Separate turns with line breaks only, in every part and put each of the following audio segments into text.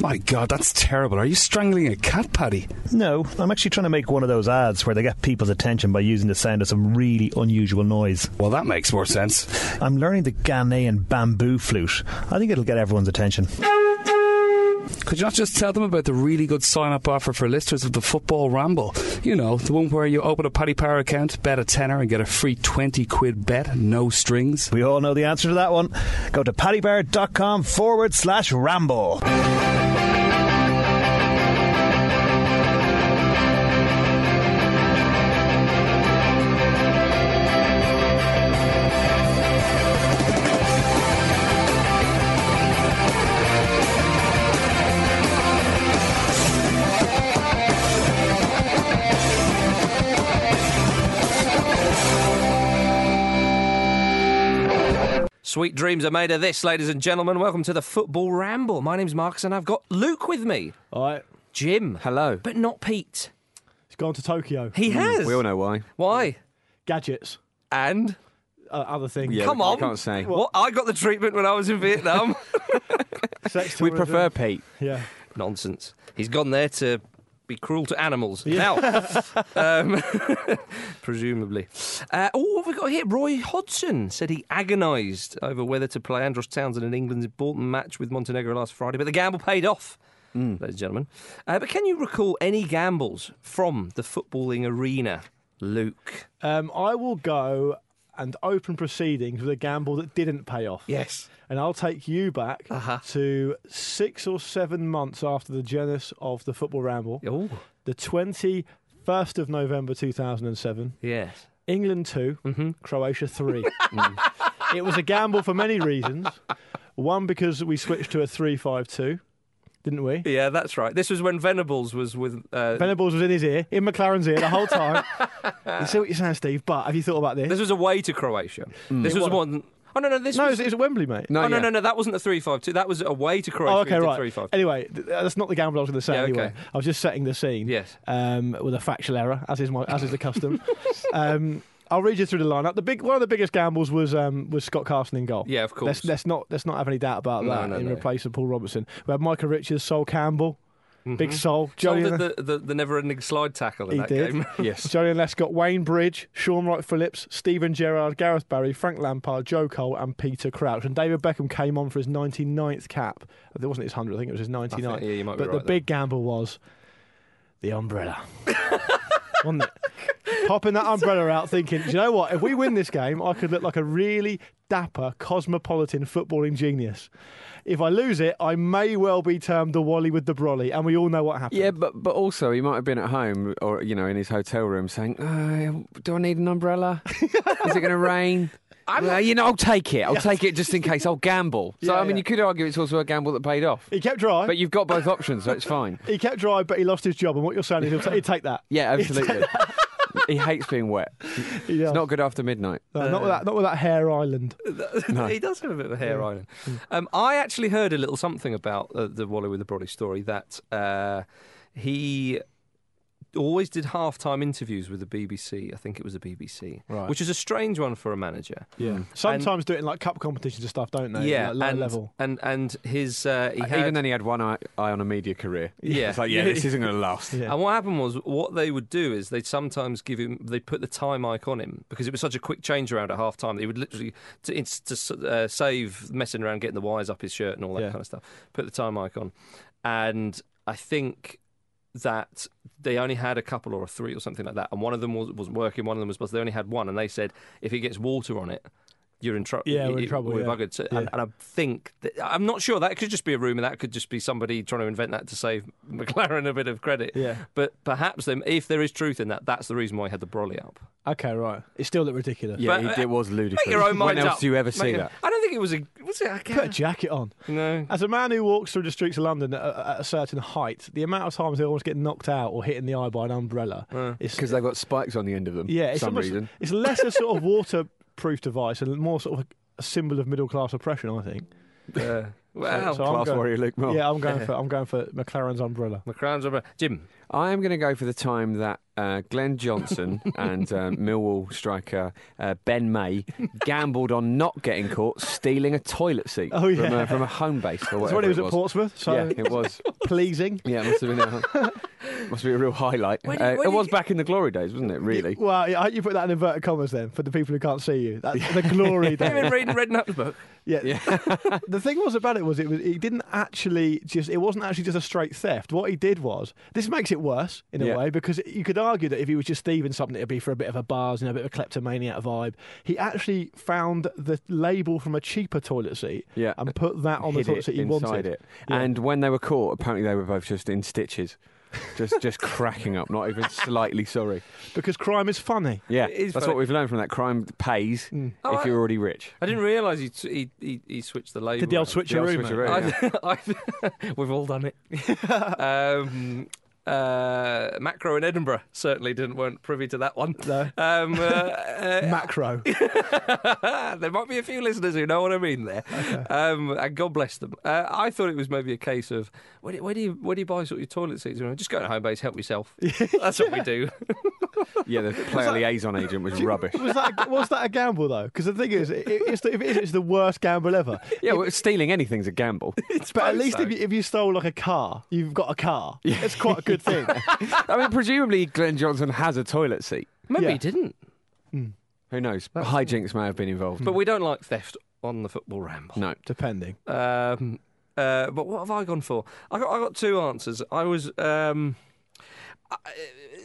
My God, that's terrible. Are you strangling a cat, Paddy?
No, I'm actually trying to make one of those ads where they get people's attention by using the sound of some really unusual noise.
Well, that makes more sense.
I'm learning the Ghanaian bamboo flute. I think it'll get everyone's attention.
Could you not just tell them about the really good sign up offer for listeners of the Football Ramble? You know, the one where you open a Paddy Power account, bet a tenner, and get a free 20 quid bet, no strings.
We all know the answer to that one. Go to paddypower.com forward slash ramble.
Sweet dreams are made of this, ladies and gentlemen. Welcome to the Football Ramble. My name's Marcus, and I've got Luke with me.
All right,
Jim.
Hello. Hmm,
But not Pete.
he's gone to Tokyo. Hmm.
He has.
We all know why.
Why?
Gadgets,
And?
uh, other things.
Yeah.
Come
we- we
on.
can't say.
What? I got the treatment when I was in Vietnam.
Sex
We
tourism.
prefer Pete.
Yeah.
Nonsense. He's gone there to be cruel to animals. Now, um, presumably. Uh, oh, what have we got here? Roy Hodgson said he agonised over whether to play Andros Townsend in England's important match with Montenegro last Friday, but the gamble paid off.
Mm.
Ladies and gentlemen. Uh, but can you recall any gambles from the footballing arena, Luke?
Um, I will go and open proceedings with a gamble that didn't pay off.
Yes.
And I'll take you back
Uh-huh.
to six or seven months after the genesis of the Football Ramble,
Oh,
the 21st of November 2007,
yes.
England 2,
Mm-hmm.
Croatia 3.
Mm.
It was a gamble for many reasons. One, because we switched to a 3 5 2, didn't we?
Yeah, that's right. This was when Venables was with. Uh,
Venables was in his ear, in McLaren's ear the whole time. you see what you're saying, Steve, but have you thought about this?
this was away to Croatia. This was one. Oh, no, no. This
Mm. no, it
was
was, it was at Wembley, mate.
No,
oh, no,
yeah.
no, no. That wasn't the three five two. That was away to Croatia.
Oh,
we
okay,
did 3-5-2.
right. Anyway, th- that's not the gamble I was going to say.
Yeah,
anyway,
okay.
I was just setting the scene.
Yes. Oh,
Um, with a factual error, as is my, as is the custom. um, I'll read you through the lineup. The big one of the biggest gambles was um, was Scott Carson in goal.
Yeah, of course.
Let's, let's not let's not have any doubt about
No,
that.
no,
in
no.
replace of Paul Robertson, we had Michael Richards, Sol Campbell, Big Sol,
Joel
Johnny.
Mm-hmm. did the, the, the never-ending slide tackle in
He
that
did.
game.
Yes.
Johnny and Les got Wayne Bridge, Sean Wright Phillips, Stephen Gerrard, Gareth Barry, Frank Lampard, Joe Cole, and Peter Crouch. And David Beckham came on for his 99th cap. It wasn't his 100th, I think it was his 99th.
yeah, you might be
but
right
the
there.
big gamble was the umbrella. wasn't it? Popping that umbrella out, thinking, do you know what? If we win this game, I could look like a really dapper, cosmopolitan footballing genius. If I lose it, I may well be termed the Wally with the Brolly, and we all know what happened.
Yeah, but but also he might have been at home or you know in his hotel room saying, uh, "Do I need an umbrella? Is it going to rain?" Well, you know, I'll take it. I'll take it just in case. I'll gamble. So
Yeah,
I mean,
yeah.
you could argue it's also a gamble that paid off.
He kept dry.
But you've got both options, so it's fine.
He kept dry, but he lost his job. And what you're saying is he'll t- he'd take that.
Yeah, absolutely. he hates being wet.
He
It's
does.
not good after midnight.
No, not, with that, not with that hair island.
he does have a bit of a hair on him.
Mm.
Um, I actually heard a little something about uh, the Wally with the Brolly story that uh, he always did half-time interviews with the BBC. I think it was the BBC,
Right.
which is a strange one for a manager.
Yeah. Sometimes do it in like cup competitions and stuff, don't they? Like low
and,
level.
and and his uh, he
Uh,
had,
Even then, he had one eye, eye on a media career.
Yeah.
It's like, yeah, this isn't going to last.
Yeah.
And what happened was, what they would do is they'd sometimes give him, they'd put the time mic on him because it was such a quick change around at half time. They would literally, to, it's to s- uh, save messing around, getting the wires up his shirt and all that
Yeah.
kind of stuff, put the time mic on. And I think that they only had a couple or a three or something like that. And one of them was, wasn't working, one of them was buzzed. They only had one. And they said, if it gets water on it, you're in, trouble.
Yeah, we're in trouble,
We're
yeah.
buggered. So, and, and I think that, I'm not sure. That could just be a rumor. That could just be somebody trying to invent that to save McLaren a bit of credit.
Yeah.
But perhaps them, if there is truth in that, that's the reason why he had the brolly up.
Okay, right. It still looked ridiculous.
Yeah,
But, uh,
it, it was ludicrous.
Make your own mind
when else
up.
do you ever
Make
see
your-
that?
I don't think it was a. Was it? I
Put a
can't.
jacket on.
No.
As a man who walks through the streets of London at, a- at a certain height, the amount of times they almost get knocked out or hit in the eye by an umbrella
Uh,
is
Because they've got spikes on the end of them.
yeah,
for
it's
some
almost-
reason.
It's less a sort of waterproof device and more sort of a symbol of middle class oppression. I think.
Uh, wow.
so I'm
Class
going-
warrior Luke Moore.
Yeah, I'm going for I'm going for McLaren's umbrella.
McCran's over. Jim.
I am going to go for the time that uh, Glenn Johnson and um, Millwall striker uh, Ben May gambled on not getting caught stealing a toilet seat
Oh,
from,
yeah.
a, from a home base
That's
or whatever
when he was
it
at
was.
Portsmouth, so
yeah, it was.
pleasing.
Yeah, it must have been a, must be a real highlight.
Where did-
Uh,
where
it
did
was
you-
back in the glory days, wasn't it? Really?
Well, yeah, I hope you put that in inverted commas then for the people who can't see you. That's the glory
Have you
days.
been reading Red Nut's book?
Yeah. the thing was about it was it was it didn't actually just it wasn't actually just a straight theft. What he did was this makes it worse in a
Yeah.
way because you could argue that if he was just thieving something, it'd be for a bit of a bars and a bit of a kleptomaniac vibe. He actually found the label from a cheaper toilet seat
Yeah.
and put that on the
Hid
toilet
it
seat he
inside
wanted.
it.
Yeah.
And when they were caught, apparently they were both just in stitches, just just cracking up, not even slightly sorry.
Because crime is funny. Hmm.
Yeah,
It is
that's
funny.
what we've learned from that. Crime pays
Oh,
if
I-
you're already rich.
I didn't realise he, t- he, he he switched the label.
Did the old
around.
switcheroo,
The old
mate.
switcheroo.
I, I, we've all done it. um, uh, Macro in Edinburgh certainly didn't weren't privy to that one.
No.
Um, uh, uh,
Macro.
there might be a few listeners who know what I mean there, um, and God bless them. Uh, I thought it was maybe a case of where do, where do you where do you buy sort of your toilet seats? You know, just go to home base, help yourself. That's what we do.
Yeah, the player liaison agent was rubbish.
was that was that a gamble though? Because the thing is, it, it's the, if it is, it's the worst gamble ever.
Yeah, well, stealing anything's a gamble.
But at least
so.
if you, if you stole like a car, you've got a car. It's quite a good thing.
I mean, presumably Glenn Johnson has a toilet seat.
Maybe
Yeah.
he didn't,
Who knows? Hijinks may have been involved.
but we don't like theft on the football ramble.
no.
Depending.
Um, uh, but what have I gone for? I got I got two answers. I was um, I,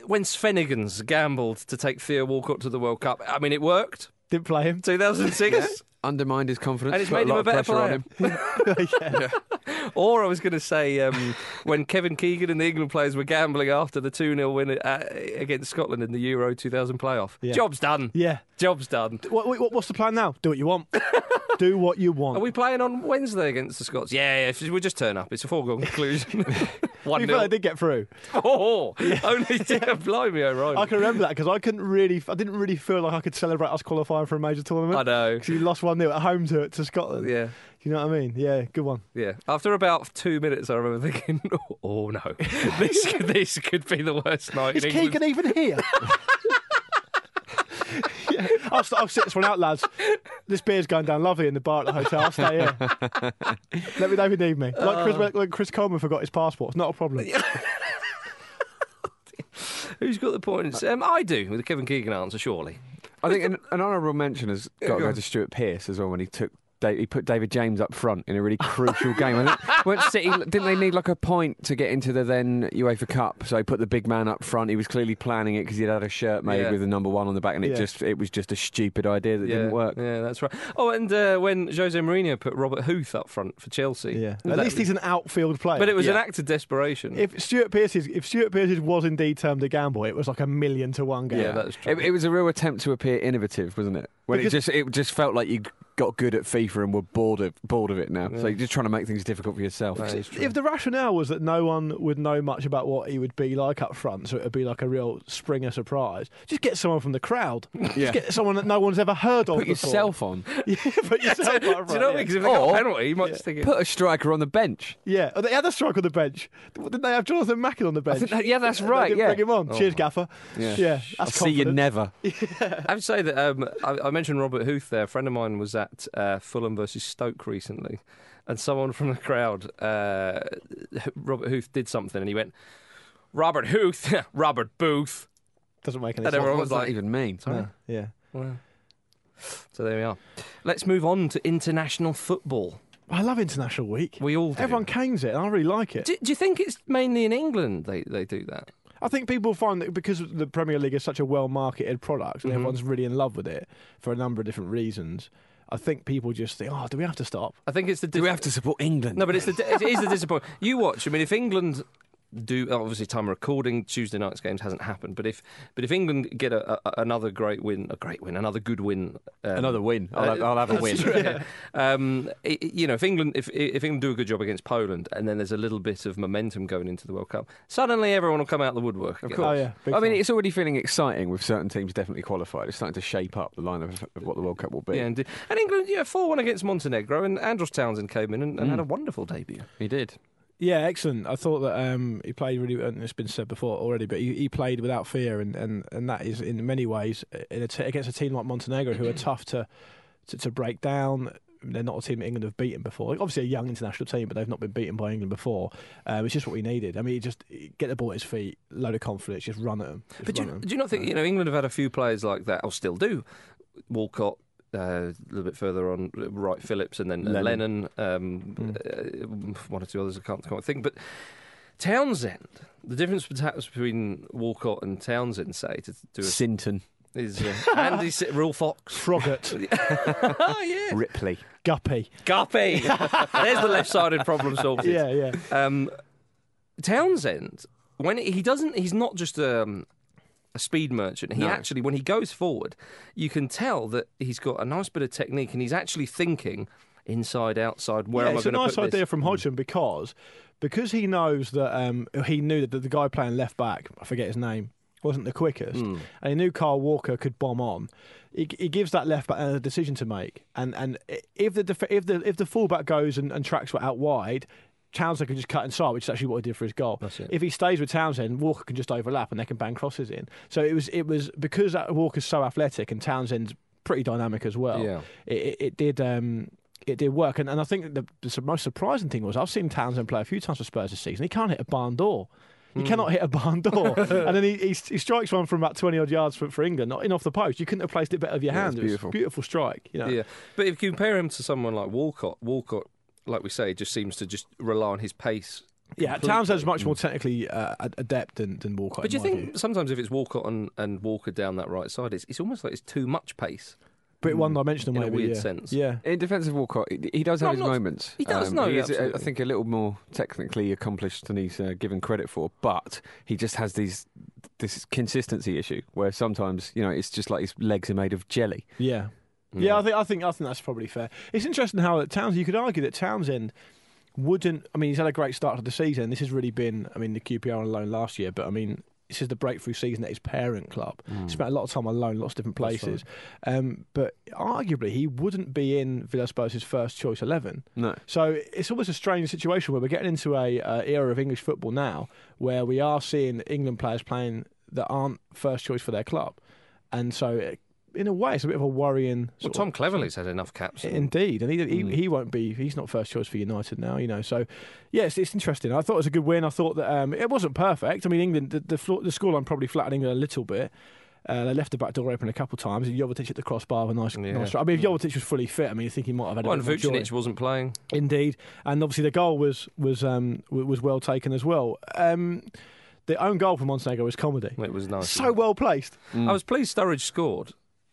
when Svenigans gambled to take Theo Walcott to the World Cup. I mean, it worked.
Didn't play him.
2006,
Undermined his confidence.
and it's
put
made him
lot
a
of
better
pressure
player.
on him.
Yeah. Or I was going to say um, when Kevin Keegan and the England players were gambling after the 2 0 win uh, against Scotland in the Euro 2000 playoff.
Yeah.
Job's done.
Yeah.
Job's done.
What, what, what's the plan now? Do what you want. Do what you want.
Are we playing on Wednesday against the Scots? Yeah, yeah. We'll just turn up. It's a foregone conclusion.
To be
One
fair, I
nil.
did get through.
Oh, only to blimey, O'Reilly.
I can remember that because I couldn't really, I didn't really feel like I could celebrate us qualifying for a major tournament.
I know.
Because you lost one 0 at home to to Scotland.
Yeah,
Do you know what I mean? Yeah, good one.
yeah. After about two minutes, I remember thinking, "Oh no, this could, this could be the worst night."
Is
in England."
Keegan even here? Yeah, I'll, st- I'll sit this one out, lads. This beer's going down lovely in the bar at the hotel. I'll stay here. Let me know if you need me. Like Chris, like Chris Coleman forgot his passport. It's not a problem.
Who's got the points?
Uh,
Um, I do with the Kevin Keegan answer, surely.
I think an, an honourable mention has got to go to Stuart Pearce as well when he took. Da- He put David James up front in a really crucial game. And weren't City, didn't they need like a point to get into the then UEFA Cup? So he put the big man up front. He was clearly planning it because he'd had a shirt made
Yeah.
with the number one on the back, and it
Yeah.
just it was just a stupid idea that didn't work.
Yeah, that's right. Oh, and uh, when Jose Mourinho put Robert Huth up front for Chelsea,
Yeah. At
That-
least he's an outfield player.
But it was an
Yeah.
act of desperation.
If Stuart Pearce's if Stuart Pearce's was indeed termed a gamble, it was like a million to one game.
Yeah, that's true.
It, it was a real attempt to appear innovative, wasn't it? When
Because-
it just it just felt like you got good at FIFA and were bored of bored of it now. So you're just trying to make things difficult for yourself.
That is true.
if the rationale was that no one would know much about what he would be like up front, so it would be like a real Springer surprise, just get someone from the crowd.
Yeah.
Just get someone that no one's ever heard of.
Put
before.
yourself on.
yeah, put yourself up front,
do you know
yeah.
because if they got a
Or-
penalty, you might just think it-
Put a striker on the bench.
Yeah, oh, they had a strike on the bench. Didn't they have Jonathan Mackin on the bench?
think that- yeah, that's
They
right,
didn't
yeah.
bring him on. Cheers, Gaffer. Yeah,
Yeah. I'll
that's
see you
confidence.
never.
I have to say that um, I, I mentioned Robert Huth there. A friend of mine was at uh, Fulham versus Stoke recently, and someone from the crowd, uh, Robert Huth, did something, and he went, "Robert Huth, Robert Booth."
Doesn't make any
And
sense.
everyone
What
was
does that
like,
even mean?
No, Yeah.
"Wow." So there we are. Let's move on to international football.
I love International Week.
We all do.
Everyone canes it, and I really like it.
Do, do you think it's mainly in England they, they do that?
I think people find that because the Premier League is such a well marketed product
Mm-hmm.
and everyone's really in love with it for a number of different reasons, I think people just think, oh, do we have to stop?
I think it's the
Do we have to support England?
No, but it's the it is the disappointment. You watch. I mean, if England do obviously time of recording Tuesday night's games hasn't happened, but if but if England get a, a, another great win, a great win, another good win, um,
Another win. I'll, have, I'll have a win.
yeah. um, i- i- you know, if England if if England do a good job against Poland, and then there's a little bit of momentum going into the World Cup, suddenly everyone will come out of the woodwork. Of
Oh, yeah. big
I mean,
time.
it's already feeling exciting with certain teams definitely qualified. It's starting to shape up the lineup of, of what the World Cup will be.
Yeah, and, and England, yeah, 4 1 against Montenegro, and Andros Townsend came in and, and had a wonderful debut.
He did.
Yeah, excellent. I thought that um, he played really. And it's been said before already, but he, he played without fear, and, and, and that is in many ways uh, in a t- against a team like Montenegro, who are tough to, to to break down. They're not a team England have beaten before. Obviously, a young international team, but they've not been beaten by England before. Um, it's just what we needed. I mean, he just he- get the ball at his feet, load of confidence, just run at them.
But do you, do you not think, you know, England have had a few players like that, or still do? Walcott. Uh, a little bit further on, right Phillips, and then uh, Lennon, um, uh, one or two others I can't quite think. But Townsend, the difference perhaps between Walcott and Townsend, say, to do a,
Sinton.
is uh, Andy S- Rule Fox,
Froggatt,
oh yeah,
Ripley.
Guppy.
Guppy. There's the left-sided problem solved.
Yeah, yeah.
um, Townsend, when he doesn't, he's not just um, a speed merchant. He
No.
actually, when he goes forward, you can tell that he's got a nice bit of technique, and he's actually thinking inside, outside. Where
yeah,
am I
it's a
going to
nice
put
idea
this? Mm.
from Hodgson because because he knows that um, he knew that the, the guy playing left back, I forget his name, wasn't the quickest,
Mm.
and he knew Carl Walker could bomb on. He, he gives that left back a decision to make, and and i- if the def- if the if the fullback goes and, and tracks were out wide. Townsend can just cut inside, which is actually what he did for his goal. If he stays with Townsend, Walker can just overlap and they can bang crosses in. So it was it was because that Walker's so athletic and Townsend's pretty dynamic as well.
Yeah.
It, it, it did um, it did work. And, and I think the, the su- most surprising thing was I've seen Townsend play a few times for Spurs this season. He can't hit a barn door. He
Hmm.
cannot hit a barn door. and then he, he, he strikes one from about 20 odd yards for, for England, not in off the post. You couldn't have placed it better with your
Yeah,
hand.
it's
It
beautiful.
was a beautiful strike. You know?
Yeah, but if you compare him to someone like Walcott, Walcott, like we say, just seems to just rely on his pace.
yeah Townsend's
Hmm.
much more technically uh, ad- adept than, than Walcott.
But do
in
you
my
think
view.
sometimes if it's Walcott and, and Walker down that right side, it's, it's almost like it's too much pace.
But
Hmm.
one dimensional,
in a
maybe.
weird
yeah.
sense.
Yeah.
In defence of Walcott, he- he does have
No,
his
I'm not-
moments.
he does, no,
he is, uh, I
absolutely.
think a little more technically accomplished than he's uh, given credit for, but he just has these this consistency issue where sometimes you know it's just like his legs are made of jelly. Mm.
Yeah. Yeah, I think I think I think that's probably fair. It's interesting how that Townsend. You could argue that Townsend wouldn't. I mean, he's had a great start to the season. This has really been. I mean, the QPR on loan last year, but I mean, this is the breakthrough season at his parent club.
Mm. Hmm.
Spent a lot of time on loan, lots of different places. Um, but arguably, he wouldn't be in Villa Spurs' first choice eleven.
No,
So it's almost a strange situation where we're getting into a uh, era of English football now where we are seeing England players playing that aren't first choice for their club, and so it, in a way it's a bit of a worrying.
Well,
sort
Tom
of-
Cleverley's had enough caps.
Indeed, and he, he
Mm.
he won't be. He's not first choice for United now, you know. So, yes, it's interesting. I thought it was a good win. I thought that um, it wasn't perfect. I mean, England the the, floor, the scoreline probably flattened England a little bit. Uh, they left the back door open a couple of times. And Jovetic at the crossbar with a nice,
Yeah. Mm.
nice. try. I mean, if Jovetic was fully fit, I mean, I think he might have had a
Well, and
bit more joy.
Vucinic wasn't playing.
Indeed, and obviously the goal was was um, w- was well taken as well. Um, the own goal for Montenegro was comedy,
It was nice.
so well placed.
I was pleased Sturridge scored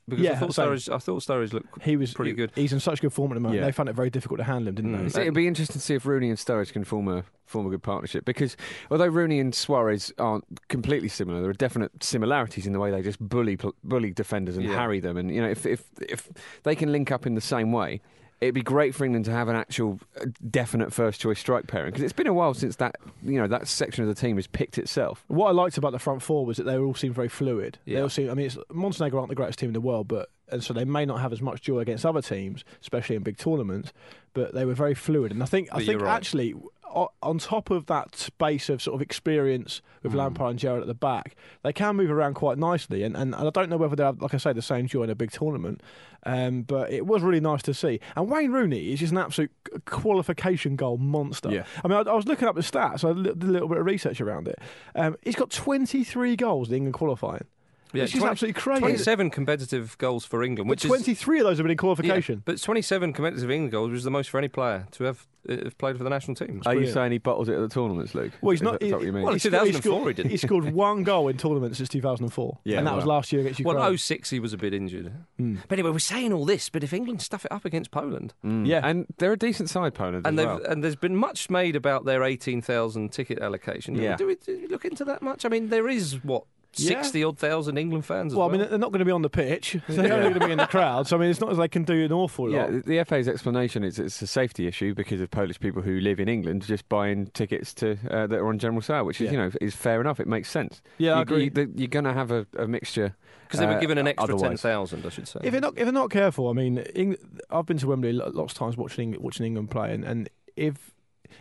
because I
Mm. Yeah,
thought
same.
Sturridge. I thought Sturridge looked.
He was
Pretty
he-
good.
He's in such good form at the moment.
Yeah.
They found it very difficult to handle him, didn't
Mm.
they?
So it'd be interesting to see if Rooney and Sturridge can form a form a good partnership because although Rooney and Suarez aren't completely similar, there are definite similarities in the way they just bully pl- bully defenders and
Yeah.
harry them. And you know, if if if they can link up in the same way. It'd be great for England to have an actual uh, definite first choice strike pairing because it's been a while since that you know that section of the team has picked itself.
What I liked about the front four was that they all seemed very fluid. They
Yeah.
all seemed, I mean, it's, Montenegro aren't the greatest team in the world, but and so they may not have as much joy against other teams, especially in big tournaments. But they were very fluid, and I think I
But
think
you're right.
actually o- on top of that space of sort of experience
Hmm.
with Lampard and Gerrard at the back, they can move around quite nicely. And, and, and I don't know whether they have, like I say, the same joy in a big tournament, um, but it was really nice to see. And Wayne Rooney is just an absolute c- qualification goal monster.
Yeah.
I mean, I, I was looking up the stats, I li- did a little bit of research around it. Um, he's got 23 goals in England qualifying.
Yeah,
which is
20
absolutely crazy.
27 competitive goals for England,
But
which is
23 of those have been in
Yeah,
qualification.
but 27 competitive England goals was the most for any player to have, uh, have played for the national team.
Are you
brilliant.
saying he bottles it at the tournaments, Luke?
Well, he's
Is
not-
that- is that what you mean?
well, in
scored-
2004
scored-
he didn't.
He scored one goal in tournaments since 2004.
Yeah,
and that
wow.
was last year against Ukraine.
well, 06 he was a bit injured.
Hmm.
But anyway, we're saying all this, but if England stuff it up against Poland,
Mm.
Yeah.
and they're a decent side, Poland.
and
as
they've
well.
and there's been much made about their 18,000 ticket allocation. Do, we-
Yeah.
do we, do we look into that much? I mean, there is what
Yeah.
60 odd thousand England fans. As
Well,
well,
I mean, they're not going to be on the pitch. So they're only going to be in the crowd. So I mean, it's not as they can do an awful
Yeah,
lot.
the- the FA's explanation is it's a safety issue because of Polish people who live in England just buying tickets to uh, that are on general sale, which is
Yeah.
you know is fair enough. It makes sense.
Yeah, I
you,
agree.
You, the, you're going to have a, a mixture
because they were
uh,
given an extra
otherwise.
10,000, I should say.
If they're not, if they're not careful, I mean, Eng- I've been to Wembley lo- lots of times watching Eng- watching England play, and, and if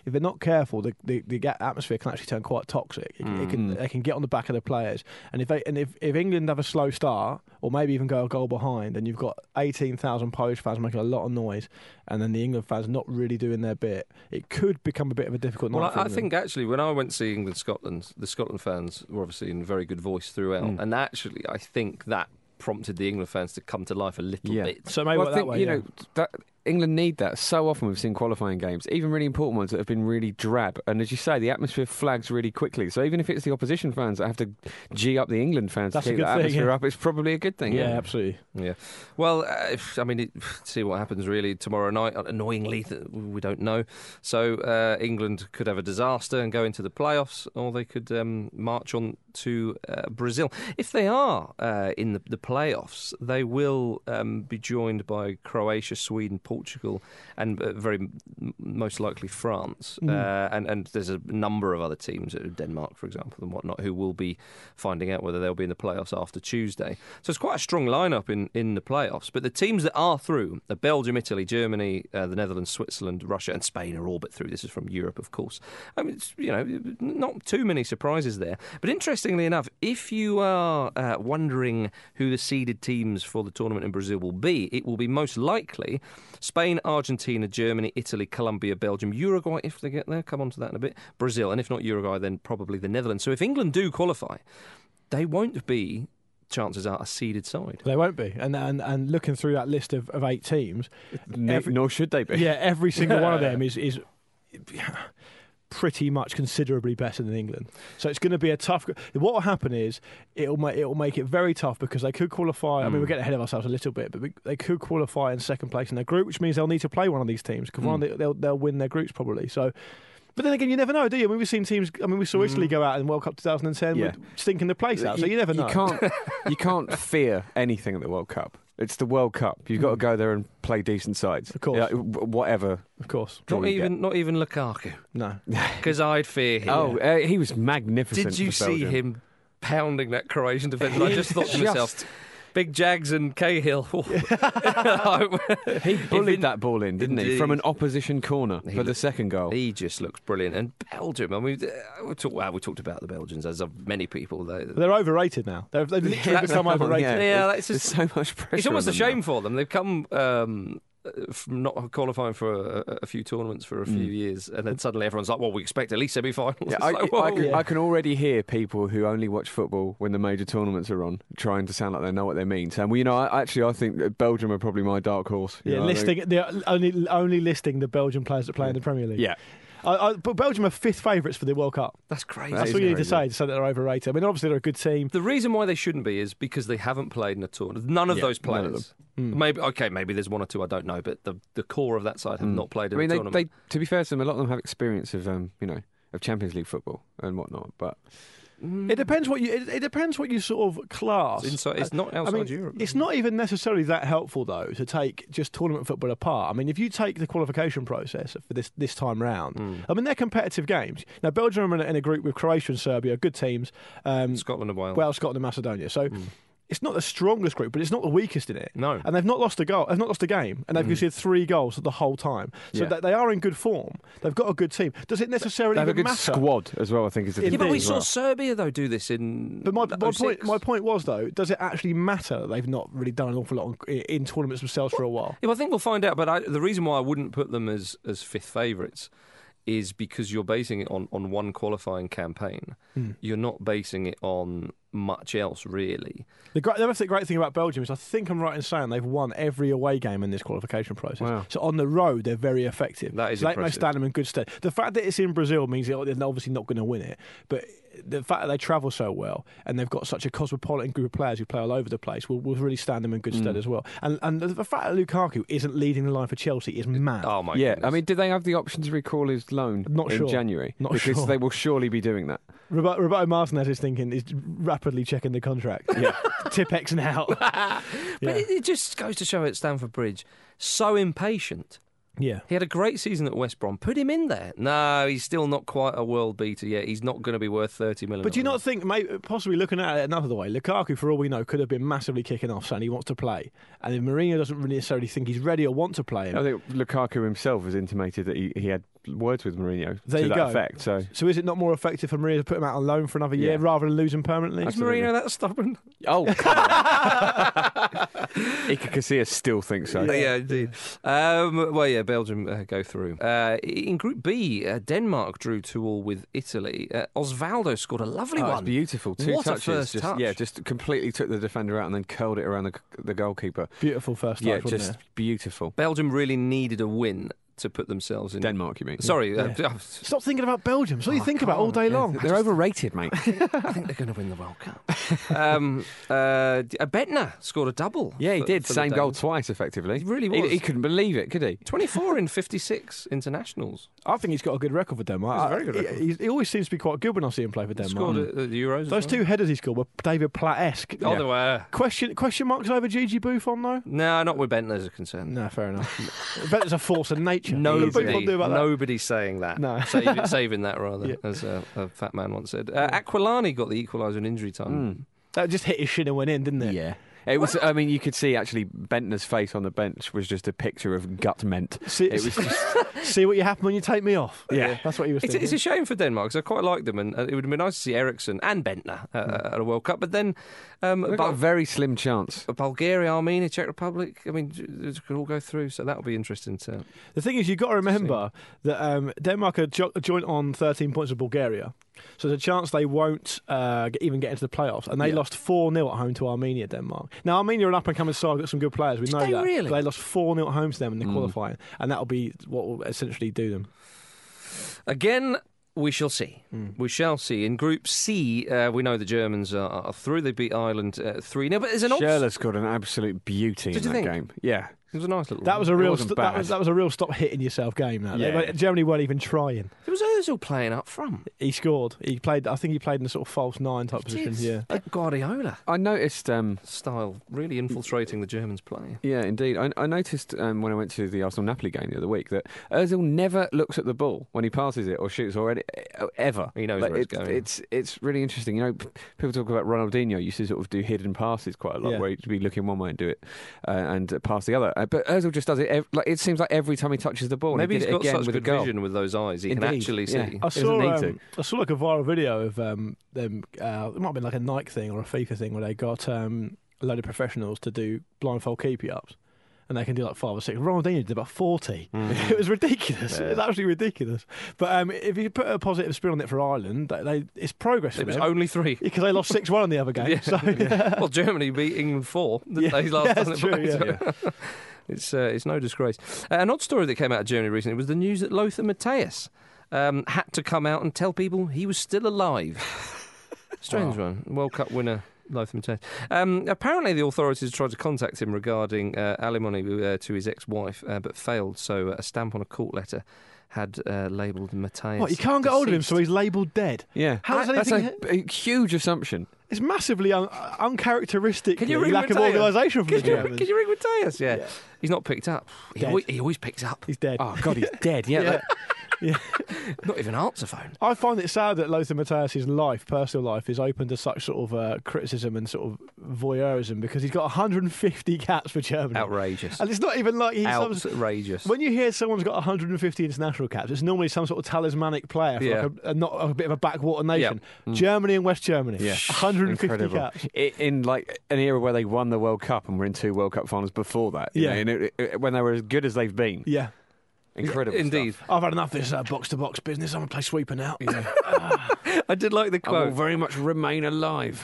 if they're not careful, the, the the ga- atmosphere can actually turn quite toxic. It, it can
Mm.
they can get on the back of the players, and if they and if, if England have a slow start or maybe even go a goal behind, then you've got eighteen thousand Polish fans making a lot of noise, and then the England fans not really doing their bit. It could become a bit of a difficult night.
Well,
for
I, I
England.
think actually when I went to see England Scotland, the Scotland fans were obviously in very good voice throughout,
Mm.
and actually I think that prompted the England fans to come to life a little
Yeah.
bit.
so. Maybe
Well, I
that
think
way,
you
yeah.
know that England need that so often. We've seen qualifying games, even really important ones that have been really drab. And as you say, the atmosphere flags really quickly. So even if it's the opposition fans that have to g up the England fans
That's a
to keep
good
that
thing,
atmosphere
yeah.
up, it's probably a good thing.
yeah, absolutely.
Yeah. Well, uh, if, I mean, it, see what happens really tomorrow night. uh, Annoyingly, th- we don't know. So uh, England could have a disaster and go into the playoffs, or they could um, march on to uh, Brazil. If they are uh, in the, the playoffs, they will um, be joined by Croatia, Sweden, Portugal, and uh, very m- most likely France.
Mm.
Uh, and and there's a number of other teams, uh, Denmark, for example, and whatnot, who will be finding out whether they'll be in the playoffs after Tuesday. So it's quite a strong lineup in, in the playoffs. But the teams that are through are Belgium, Italy, Germany, uh, the Netherlands, Switzerland, Russia, and Spain are all but through. This is from Europe, of course. I mean, it's, you know, not too many surprises there. But interestingly enough, if you are uh, wondering who the seeded teams for the tournament in Brazil will be, it will be most likely Spain, Argentina, Germany, Italy, Colombia, Belgium, Uruguay, if they get there. Come on to that in a bit. Brazil, and if not Uruguay, then probably the Netherlands. So if England do qualify, they won't be, chances are, a seeded side.
They won't be, and and and looking through that list of, of eight teams,
Ne-
Every-
nor should they be.
yeah, every single one of them is is pretty much considerably better than England. So it's going to be a tough. What will happen is it'll make it'll make it very tough because they could qualify. I mean,
Mm.
we're getting ahead of ourselves a little bit, but we, they could qualify in second place in their group, which means they'll need to play one of these teams because one
Mm.
they, they'll they'll win their groups probably. So. But then again, you never know, do you? I mean, we've seen teams. I mean, we saw Italy go out in World Cup 2010,
Yeah.
with stinking the place out. So you never know.
You can't, you can't fear anything at the World Cup. It's the World Cup. You've got to go there and play decent sides.
Of course.
Yeah, w- whatever.
Of course,
draw
Not
you
even, not even Lukaku,
no.
because I'd fear him.
get. Oh, uh, he was magnificent.
did you
for
see
Belgium.
him pounding that Croatian defence? I just thought to
Just-
myself, Big Jags and Cahill. he
Bullied that ball in, didn't he?
Indeed.
From an opposition corner
He
for the
looked-
second goal.
He just looks brilliant. And Belgium, I mean, uh, we talked, well, we talked about the Belgians, as of many people. They,
They're overrated now. They've, they've literally
Yeah.
become
Yeah,
overrated.
Yeah, that's
There's
just-
so much pressure.
it's almost
on
a
them
shame
now.
for them. They've come um, uh, from not qualifying for a, a few tournaments for a few
Mm.
years, and then suddenly everyone's like, well, we expect at least semi finals.
Yeah, I, I can, I can already hear people who only watch football when the major tournaments are on trying to sound like they know what they mean. And well, you know, I, actually, I think that Belgium are probably my dark horse. you
Yeah,
know, I think-
listing the only only listing the Belgian players that play in the Premier League.
Yeah,
I, I, but Belgium are fifth favourites for the World Cup.
That's crazy.
That
That's
is
all you need to
crazy.
say to say that they're overrated. I mean, obviously they're a good team.
The reason why they shouldn't be is because they haven't played in a tournament. None of
Yeah,
those
none of
players.
Mm.
Maybe okay, maybe there's one or two I don't know, but the, the core of that side have
Mm.
not played
I
in
mean,
a
they,
tournament.
they, to be fair to them, a lot of them have experience of, um, you know, of Champions League football and whatnot. But
It depends what you. It, it depends what you sort of class.
It's, inside, it's not
Uh, I
outside
mean,
Europe.
it's not even necessarily that helpful though to take just tournament football apart. I mean, if you take the qualification process for this this time round,
Mm.
I mean they're competitive games. Now Belgium are in a, in a group with Croatia and Serbia, good teams. Um,
Scotland and Wales.
Wales, Scotland, and Macedonia. So
Hmm.
Mm.
it's not the strongest group, but it's not the weakest in it.
no.
and they've not lost a goal. They've not lost a game, and they've
Mm.
conceded three goals the whole time. So
Hmm. Yeah.
that they are in good form. They've got a good team. Does it necessarily
they have a
even
good
matter?
squad as well. I think is the
Yeah,
Yeah,
thing
but we
as
saw
well.
Serbia though do this in.
But my, my
06.
point, my point was though, does it actually matter that they've not really done an awful lot on, in, in tournaments themselves for a while?
Yeah, well, I think we'll find out. But I, the reason why I wouldn't put them as as fifth favourites is because you're basing it on, on one qualifying campaign.
Hmm.
You're not basing it on much else, really.
The great, that's the great thing about Belgium is I think I'm right in saying they've won every away game in this qualification process.
Wow.
So on the road they're very effective.
That is
so that may
impressive.
stand them in good stead. The fact that it's in Brazil means they're obviously not going to win it, but the fact that they travel so well and they've got such a cosmopolitan group of players who play all over the place will, will really stand them in good
Mm.
stead as well. And and the fact that Lukaku isn't leading the line for Chelsea is mad.
Oh my
yeah,
goodness.
I mean, did they have the option to recall his loan
Not
in
sure.
January?
Not
because
sure.
they will surely be doing that.
Roberto, Roberto Martinez is thinking is rapidly checking the contract. Yeah, tip X now.
But it, it just goes to show at Stamford Bridge, so impatient.
yeah.
He had a great season at West Brom. Put him in there. No, he's still not quite a world beater yet. He's not going to be worth 30 million.
But do you not think, maybe, possibly looking at it another way, Lukaku, for all we know, could have been massively kicking off saying he wants to play. And if Mourinho doesn't really necessarily think he's ready or want to play
I
Oh.
him,
think Lukaku himself has intimated that he, he had words with Mourinho
There
to
you
that
go.
effect. So
so is it not more effective for Mourinho to put him out on loan for another year
Yeah.
rather than lose him permanently?
Is Mourinho that stubborn?
Oh, come on. Iker Casillas still thinks so.
Yeah, indeed. Um, well, yeah, Belgium uh, go through. Uh, in Group B, uh, Denmark drew 2 all with Italy. Uh, Osvaldo scored a lovely
Oh,
one.
it's beautiful. Two
What a
touches.
first
just,
touch.
Yeah, just completely took the defender out and then curled it around the, the goalkeeper.
Beautiful first touch,
yeah,
wasn't
just
it?
beautiful.
Belgium really needed a win to put themselves in.
Denmark, you mean?
Sorry, uh,
Stop thinking about Belgium. That's all you
I
think about all day
can't.
long.
They're overrated, mate.
I think they're going to win the World Cup. um, uh, D- uh, Bettner scored a double.
yeah, he
for-
did.
for the
Same goal
Danes.
twice, effectively.
He really
He,
was.
he couldn't believe it, could he?
24 in 56 internationals.
I think he's got a good record for Denmark.
He's a very good
I- he-
record.
he's- He, always seems to be quite good when I see him play for Denmark. Mm.
Scored at at the Euros. as
Those
well.
two headers he scored were David Platt-esque.
Oh, they were.
Question, question marks over Gigi Buffon, though?
No, not where Bentner's are concerned.
No, fair enough. I bet there's a force of nature. What can Buffon
Nobody,
do about that?
nobody's saying that.
No.
Save, saving that rather,
Yeah.
as a, a fat man once said. Uh, Aquilani got the equaliser in injury time.
That just hit his shin and went in, didn't it?
Yeah. It was. I mean, you could see actually Bentner's face on the bench was just a picture of gutment.
Um,
See,
It was just
see what you happen when you take me off.
Yeah.
that's what he was
It's,
thinking.
it's a shame for Denmark because I quite like them, and uh, it would have been nice to see Ericsson and Bentner uh,
Hmm.
at a World Cup. But then, um,
they've got a
Bul- uh,
very slim chance.
Bulgaria, Armenia, Czech Republic. I mean, j- j- could all go through, so that would be interesting to.
the thing is, you've got to remember that um, Denmark are jo- joint on 13 points with Bulgaria, so there's a chance they won't uh, get, even get into the playoffs. And they
Yeah.
lost 4 0 at home to Armenia, Denmark. Now, Armenia are an up and coming side, got some good players, we know
they
that.
really? Mm.
But they lost 4 0 at home to them in the qualifying, and that'll be what will essentially do them.
Again, we shall see.
Hmm.
We shall see. In Group C, uh, we know the Germans are, are through. They beat Ireland uh, three 0 But there's an obs-
Schürrle's got an absolute beauty
Did
in
you
that
think?
game. Yeah.
It was a nice little.
That was a real
wasn't
st- that,
bad.
was, that was a real stop hitting yourself game. That
Yeah.
They- Germany weren't even trying.
It was Ozil playing up front.
He scored. He played. I think he played in a sort of false nine type position.
Jeez.
Yeah.
Pep Guardiola
I noticed. Um,
style really infiltrating the Germans' play.
yeah, indeed. I, I noticed um, when I went to the Arsenal Napoli game the other week that Özil never looks at the ball when he passes it or shoots already e, ever.
He knows
Like,
where it's
it's,
going.
It's it's really interesting. You know, p- people talk about Ronaldinho used to sort of do hidden passes quite a lot,
Yeah.
where he'd be looking one way and do it, uh, and uh, pass the other. Uh, but Özil just does it. Ev- like it seems like every time he touches the ball, and
Maybe
he
he's
did
got
it again
such
with a
good
goal.
vision with those eyes, he can
Indeed,
actually
yeah.
see.
I
Doesn't
saw.
need to.
Um, I saw like a viral video of um, them. Uh, it might have been like a Nike thing or a FIFA thing where they got um, a load of professionals to do blindfold keepy ups, and they can do like five or six. Ronaldinho did about forty.
Mm.
It was ridiculous. It was actually ridiculous. But um, if you put a positive spin on it for Ireland, they, they it's progress for
It was
them
only three.
because they lost six one in the other game.
Yeah.
So
well, Germany beat England four. didn't
Yeah,
they, last
that's
time they
true,
played?
yeah.
it's uh, it's no disgrace. Uh, an odd story that came out of Germany recently was the news that Lothar Matthäus um, had to come out and tell people he was still alive. Strange one. World Cup winner. Lothar Matthäus. Um, apparently, the authorities tried to contact him regarding uh, alimony uh, to his ex-wife, uh, but failed. So, uh, a stamp on a court letter had uh, labelled Matthias.
what, you can't get hold of him, so he's labelled dead.
Yeah,
How does
that's
anything-
a b- huge assumption.
It's massively un- uncharacteristic.
Can you ring
lack of
Mateo?
organisation from the
Can you,
Germans.
can you ring Matthias? Yeah.
Yeah.
He's not picked up. He
Dead.
always, he always picks up.
He's dead.
Oh God, he's dead. Yeah,
Yeah.
that-
Not even an answer phone.
I find it sad that Lothar Matthäus' life, personal life, is open to such sort of uh, criticism and sort of voyeurism because he's got 150 caps for Germany.
Outrageous.
And it's not even like he's some-
Outrageous.
When you hear someone's got 150 international caps, it's normally some sort of talismanic player for
Yeah. Mm.
like a, a, not a bit of a backwater nation. Germany and West Germany,
Yeah.
150
Incredible.
caps.
I- in like an era where they won the World Cup and were in two World Cup finals before that.
Yeah.
yeah, and it, it- when they were as good as they've been.
Yeah,
Incredible.
Indeed.
stuff.
I've had enough of this box to box business. I'm going to play sweeper now.
I did like the
I will
quote.
very much remain alive.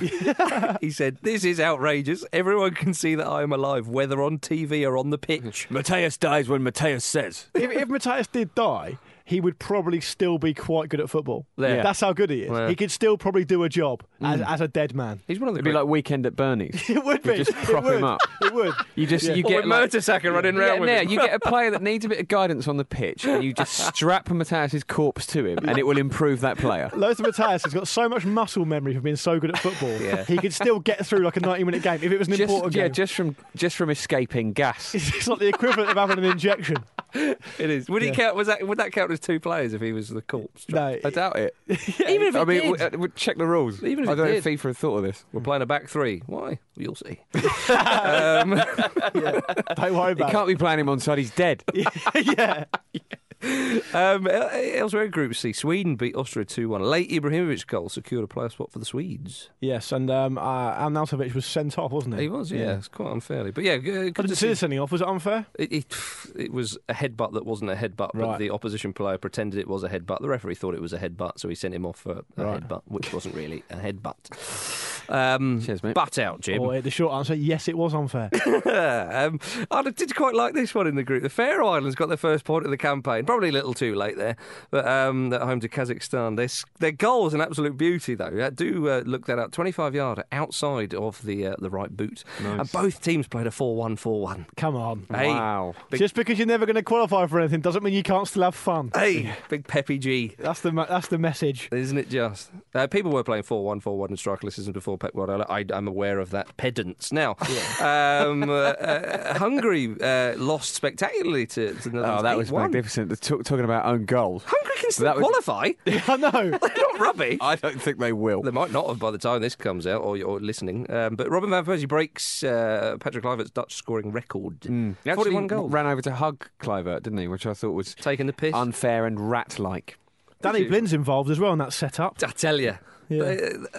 He said, This is outrageous. Everyone can see that I am alive, whether on TV or on the pitch.
Mateus dies when Mateus says.
if, if Matthias did die, he would probably still be quite good at football.
Yeah.
That's how good he is.
Yeah.
He could still probably do a job as, as a dead man.
He's one of the
It'd be
great-
like Weekend at Bernie's.
It would
You
be.
just prop
it would.
him up.
It would.
You just
Yeah.
you
Or
get
with
like,
Mertesacker running
Yeah,
round with
no,
him.
you get a player that needs a bit of guidance on the pitch, and you just strap Mateus's corpse to him, and it will improve that player.
Lothar Matthias has got so much muscle memory from being so good at football.
Yeah.
He could still get through like a 90 minute game if it was an
Just,
important
yeah,
game.
just from just from escaping gas.
it's like the equivalent of having an injection.
It is. Would he
Yeah.
count? Was that would that count as two players if he was the corpse?
No,
I doubt it.
Even if
I
it
mean,
did.
we- uh, we- check the rules.
Even if
I
it
don't
did.
know if FIFA had thought of this.
We're playing a back three. Why? You'll see. um,
don't worry
You
about
can't be playing him on side. He's dead.
it. yeah.
um, el- elsewhere in Group C, Sweden beat Austria 2 1. Late Ibrahimovic goal secured a player spot for the Swedes.
Yes, and um, uh, Arnautovic was sent off, wasn't he?
He was, yeah, it's quite unfairly. But yeah, g-
I
good to
didn't
see.
see the sending off. Was it unfair?
It, it, it was a headbutt that wasn't a headbutt, but
Right.
the opposition player pretended it was a headbutt. The referee thought it was a headbutt, so he sent him off for a
Right.
headbutt, which wasn't really a headbutt. Um,
Cheers, mate.
Butt out, Jim.
Or Oh, the short answer, yes, it was unfair.
um, I did quite like this one in the group. The Faroe Islands got their first point of the campaign. Probably a little too late there, but um, at home to Kazakhstan. Their, s- their goal was an absolute beauty, though. Yeah, Do uh, look that up. 25 yard outside of the uh, the right boot. And both teams played a 4 1 4 1.
Come on.
Hey,
Wow.
big-
Just because you're never going to qualify for anything doesn't mean you can't still have fun.
hey, big Peppy G.
That's the that's the message.
Isn't it just? Uh, people were playing 4 1 4 1 and strikerlessism before Pep Guardiola. I, I'm aware of that pedants. Now, um, uh, uh, Hungary uh, lost spectacularly to, to Netherlands.
Oh, that was
8-1.
magnificent. The talk- talking about own goals.
Hungary can still
That was-
qualify.
I know.
They're not rubbish.
I don't think they will.
They might not have by the time this comes out or you're listening. Um, but Robin van Persie breaks uh, Patrick Kluivert's Dutch scoring record.
Hmm. He actually
41 goals.
Ran over to hug Clivert, didn't he? Which I thought was
Taking the piss.
unfair and rat-like.
Danny Blin's involved as well in that setup.
I tell you.
Yeah.
uh,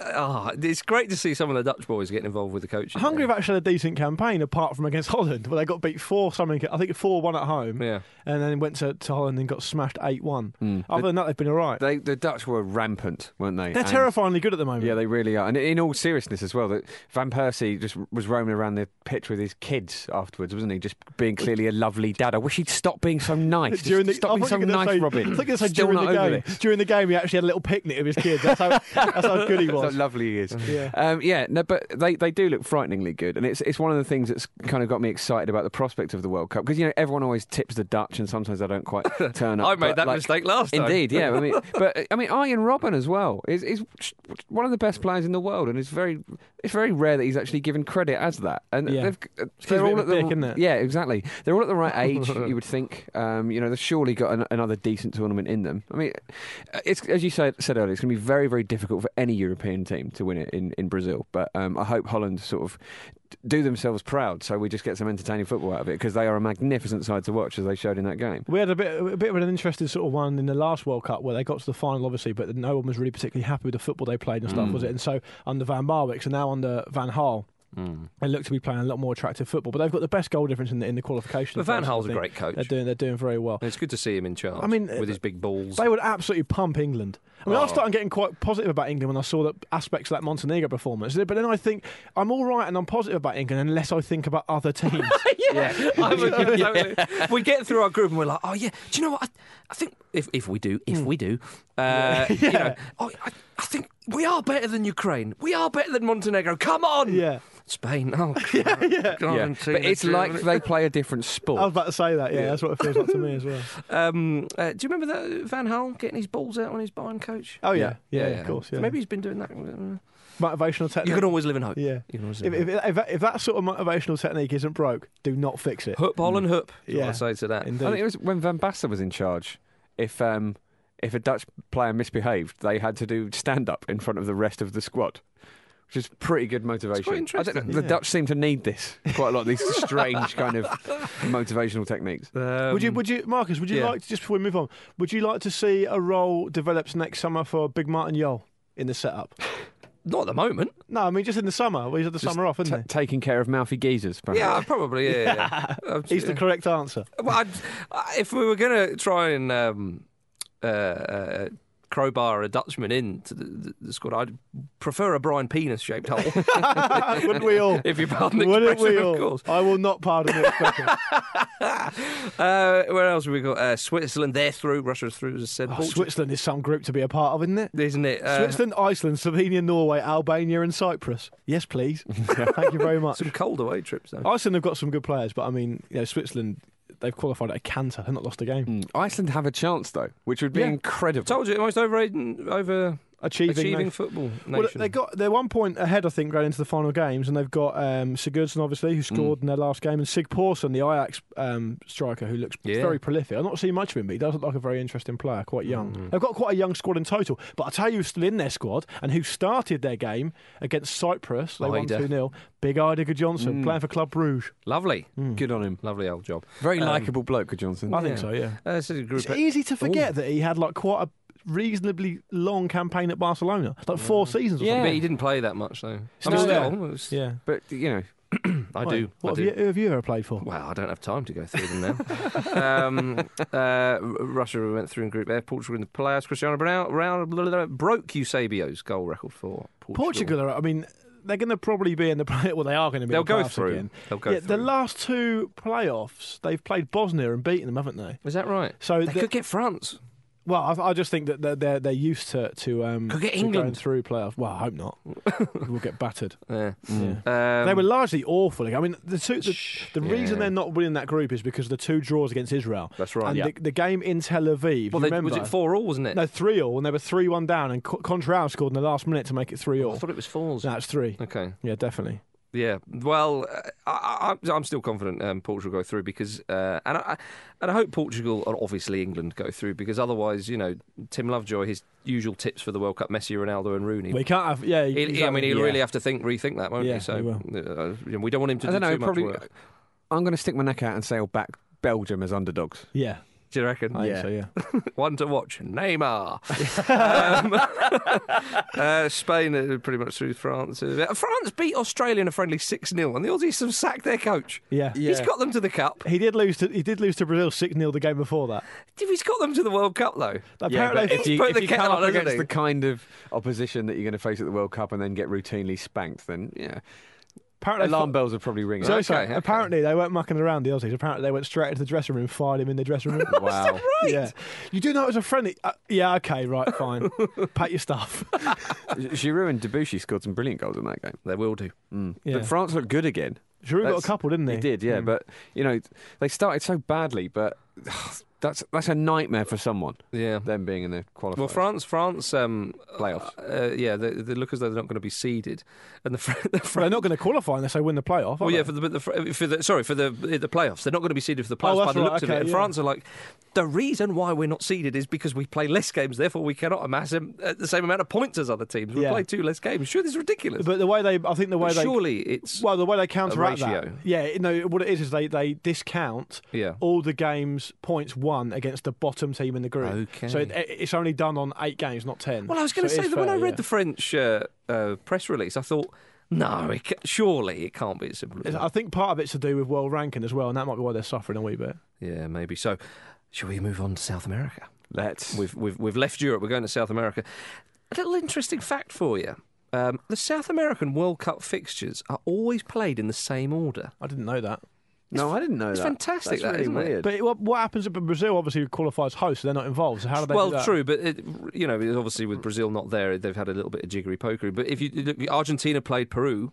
it's great to see some of the Dutch boys getting involved with the coaching.
Hungary have actually had a decent campaign apart from against Holland, where they got beat four something. I think four one at home,
Yeah.
and then went to, to Holland and got smashed eight one. Other than that, they've been all right.
Hmm. They, the Dutch were rampant, weren't they?
They're
And-
terrifyingly good at the moment.
Yeah, they really are. And in all seriousness as well, that Van Persie just was roaming around the pitch with his kids afterwards, wasn't he? Just being clearly a lovely dad. I wish he'd stop being so nice.
during the,
Just stop
I
being
thought
so
you were gonna
nice,
say,
Robin.
I think it's like
Still
during
not
the
over
game.
this.
During the game, he actually had a little picnic of his kids. That's how, that's how good he
How
was.
lovely he is.
Yeah.
Um, yeah, no, but they, they do look frighteningly good, and it's it's one of the things that's kind of got me excited about the prospect of the World Cup because you know everyone always tips the Dutch, and sometimes they don't quite turn up.
I made
but,
that
like,
mistake last time.
Indeed, yeah. I mean, but I mean, Ian Robin as well is, is one of the best players in the world, and it's very it's very rare that he's actually given credit as that. And
Yeah.
they've, uh,
a bit
they're all
of
at
a
the
dick, isn't it?
yeah, exactly. They're all at the right age, you would think. Um, you know, they've surely got an, another decent tournament in them. I mean, uh, it's as you said, said earlier, it's going to be very very difficult for any European team to win it in in Brazil. But um, I hope Holland sort of do themselves proud, so we just get some entertaining football out of it because they are a magnificent side to watch, as they showed in that game.
We had a bit, a bit of an interesting sort of one in the last World Cup where they got to the final, obviously, but no one was really particularly happy with the football they played and stuff, was
Mm.
it? And so under Van Barwicks and now under Van Hal,
Mm.
they look to be playing a lot more attractive football. But they've got the best goal difference in the, in the qualification.
But Van
process, I
Gaal's a
think.
great coach.
They're doing, they're doing very well.
And it's good to see him in charge
I mean,
with his
uh,
big balls.
They would absolutely pump England. I mean, I
Oh.
was starting getting quite positive about England when I saw the aspects of that Montenegro performance. But then I think I'm all right and I'm positive about England unless I think about other teams.
yeah. I would- totally. We get through our group and we're like, oh, yeah. Do you know what? I, I think if, if we do, if we do, uh, you know, oh, I, I think we are better than Ukraine. We are better than Montenegro. Come on.
yeah,
Spain. Oh, yeah, yeah.
Yeah. But it's like they play a different
I was
sport.
about to say that. Yeah, that's what it feels like to me as well.
Um, uh, do you remember that Van Hal getting his balls out on his Bayern coach?
Oh yeah, yeah, of course. Yeah.
Maybe he's been doing that. You
motivational technique.
can always live in hope.
Yeah.
You can always
If,
live
if,
in hope.
if, if that sort of motivational technique isn't broke, do not fix it.
Hoop, Holland, hoop. is what
Yeah.
I say to that.
Indeed.
I think it was when Van Basten was in charge. If um, if a Dutch player misbehaved, they had to do stand up in front of the rest of the squad. Which is pretty good motivation. I don't
interesting.
know, the
Yeah.
Dutch seem to need this quite a lot. These strange kind of motivational techniques.
Um,
would you, would you, Marcus? Would you
yeah.
like to just before we move on? Would you like to see a role develops next summer for Big Martin Yol in the setup?
Not at the moment.
No, I mean just in the summer. Well, he's had the
Just
summer off,
T-
isn't
taking care of mouthy geezers, perhaps.
Yeah, probably. Yeah, yeah. Uh,
he? He's the
yeah.
correct answer.
Well, I'd, I- if we were going to try and um, uh, uh, crowbar a Dutchman into the, the, the squad, I'd prefer a Brian penis shaped hole.
Wouldn't we all?
if you pardon the
Wouldn't
expression,
we
of
all?
course.
I will not pardon the expression.
Uh, where else have we got? Uh, Switzerland, they're through. Russia's through, as I said.
Oh,
Portu-
Switzerland is some group to be a part of, isn't it?
Isn't it? Uh,
Switzerland, Iceland, Slovenia, Norway, Albania, and Cyprus. Yes, please. Thank you very much.
Some cold away trips, though.
Iceland have got some good players, but I mean, you know, Switzerland, they've qualified at a canter. They've not lost a game.
Mm. Iceland have a chance though, which would be
Yeah.
incredible.
Told you, the most overrated, over
Achieving.
achieving
no-
football nation.
well, they got they're one point ahead, I think, going into the final games, and they've got um, Sigurdsson obviously,
Mm.
who scored in their last game, and Sig Porsson, the Ajax um, striker, who looks
Yeah.
very prolific. I've not seen much of him, but he does look like a very interesting player, quite young.
Mhm.
They've got quite a young squad in total, but I tell you, who's still in their squad and who started their game against Cyprus, they won
Ida.
two 0 Big Idega Johnson
Mm.
playing for Club Bruges.
Lovely,
Good on him.
lovely old job.
Very
Um,
likable bloke, Johnson.
I think
Yeah.
so, yeah.
Uh, this is a group.
It's easy to forget that he had like quite a reasonably long campaign at Barcelona, like four
Mm.
seasons or
Yeah.
But he didn't play that much though.
Still there.
almost-
something. Yeah.
But you know,
I
Why?
do. I
What have
do.
you, who have you ever played for?
Well, I don't have time to go through them now. um, uh, R- Russia went through in Group F. Portugal in the playoffs. Cristiano Ronaldo Ronaldo- blah, blah, blah, broke Eusebio's goal record for Portugal.
Portugal are. I mean, they're going to probably be in the play. Well, they are going to be.
They'll
in the
go
playoffs
through.
Again.
They'll go
yeah,
through.
the last two playoffs, they've played Bosnia and beaten them, haven't they?
Is that right?
So,
They
the-
could get France.
well, I, I just think that they're they're, they're used to to, um,
Could get
to
England.
going through playoffs. Well, I hope not. we'll get battered.
Yeah.
Yeah.
Um,
they were largely awful. I mean, the two, the, the
yeah.
reason they're not winning that group is because of the two draws against Israel
That's right.
and
Yeah.
the, the game in Tel Aviv.
Well,
you
they,
remember?
was it four all, wasn't it?
No, three all, and they were three one down, and Co- Contral scored in the last minute to make it three
I
all.
thought it was fours.
That's three.
Okay.
Yeah, definitely.
Yeah. Well, uh, I, I, I'm still confident um, Portugal go through because, uh, and I and I hope Portugal and obviously England go through because otherwise, you know, Tim Lovejoy, his usual tips for the World Cup: Messi, Ronaldo, and Rooney.
We can't have. Yeah,
He'll- I mean, he'll
yeah.
really have to think, rethink that, won't
Yeah,
he?
he
So
will.
uh, you know, we don't want him to
I
do
don't know.
too
Probably,
much work.
I'm going to stick my neck out and say I'll back Belgium as underdogs.
Yeah,
Do you reckon?
I think so. Yeah,
One to watch: Neymar. um, uh, Spain uh, pretty much through France. Uh, France beat Australia in a friendly six 0 and the Aussies have sacked their coach.
yeah.
He's got them to the cup.
He did lose to he did lose to Brazil six 0 the game before that.
He's got them to the World Cup though.
Apparently,
but if you,
put
if
the
you
kettle
come
on,
up
hasn't
against
he?
the kind of opposition that you're going to face at the World Cup and then get routinely spanked, then yeah,
apparently
alarm bells are probably ringing.
So,
Okay,
so,
okay.
apparently they weren't mucking around the Aussies. Apparently they went straight into the dressing room, fired him in the dressing room.
wow.
Yeah, you do know it was a friendly. Uh, yeah, okay, right, fine. Pack your stuff.
Giroud and Debussy scored some brilliant goals in that game.
They will do.
Mm.
Yeah.
But France looked good again.
Giroud got a
That's-
couple, didn't he?
They did, yeah.
Mm.
But you know, they started so badly, but that's that's a nightmare for someone.
Yeah.
Them being in the qualifiers.
Well, France, France, um,
Playoffs.
Uh, yeah, they, they look as though they're not going to be seeded, and the, Fr- the
Well, they're
Fran-
not going to qualify unless they win the playoff. are
Well, yeah,
they?
for the, but the Fr- for the sorry for the the playoffs, they're not going to be seeded for the playoffs
Oh, that's
by the
right,
looks of
okay,
it. And
yeah.
France are like, the reason why we're not seeded is because we play less games, therefore we cannot amass um, uh, the same amount of points as other teams. We
Yeah.
play two less games. Sure, this is ridiculous.
but the way they, I think the way
But
they,
surely it's
well, the way they counteract that,
ratio.
yeah, no, what it is is they they discount
yeah.
all the games points won against the bottom team in the group.
Okay.
So it, it's only done on eight games, not ten.
Well, I was going to
So it
say
is
that when
fair,
I read
yeah.
the French uh, uh, press release, I thought, no, it ca- surely it can't be as simple as
It's- I
that.
think part of it's to do with world ranking as well, and that might be why they're suffering a wee bit.
Yeah, maybe. So, shall we move on to South America?
Let's.
We've, we've, we've left Europe, we're going to South America. A little interesting fact for you. Um, the South American World Cup fixtures are always played in the same order.
I didn't know that.
no, I didn't know
it's
that.
fantastic,
That's
that,
really
isn't it?
weird.
But it- what, what happens if Brazil obviously qualifies host, so they're not involved? So how do they?
well,
do that?
true, but it, you know, obviously with Brazil not there, they've had a little bit of jiggery pokery. But if you look, Argentina played Peru,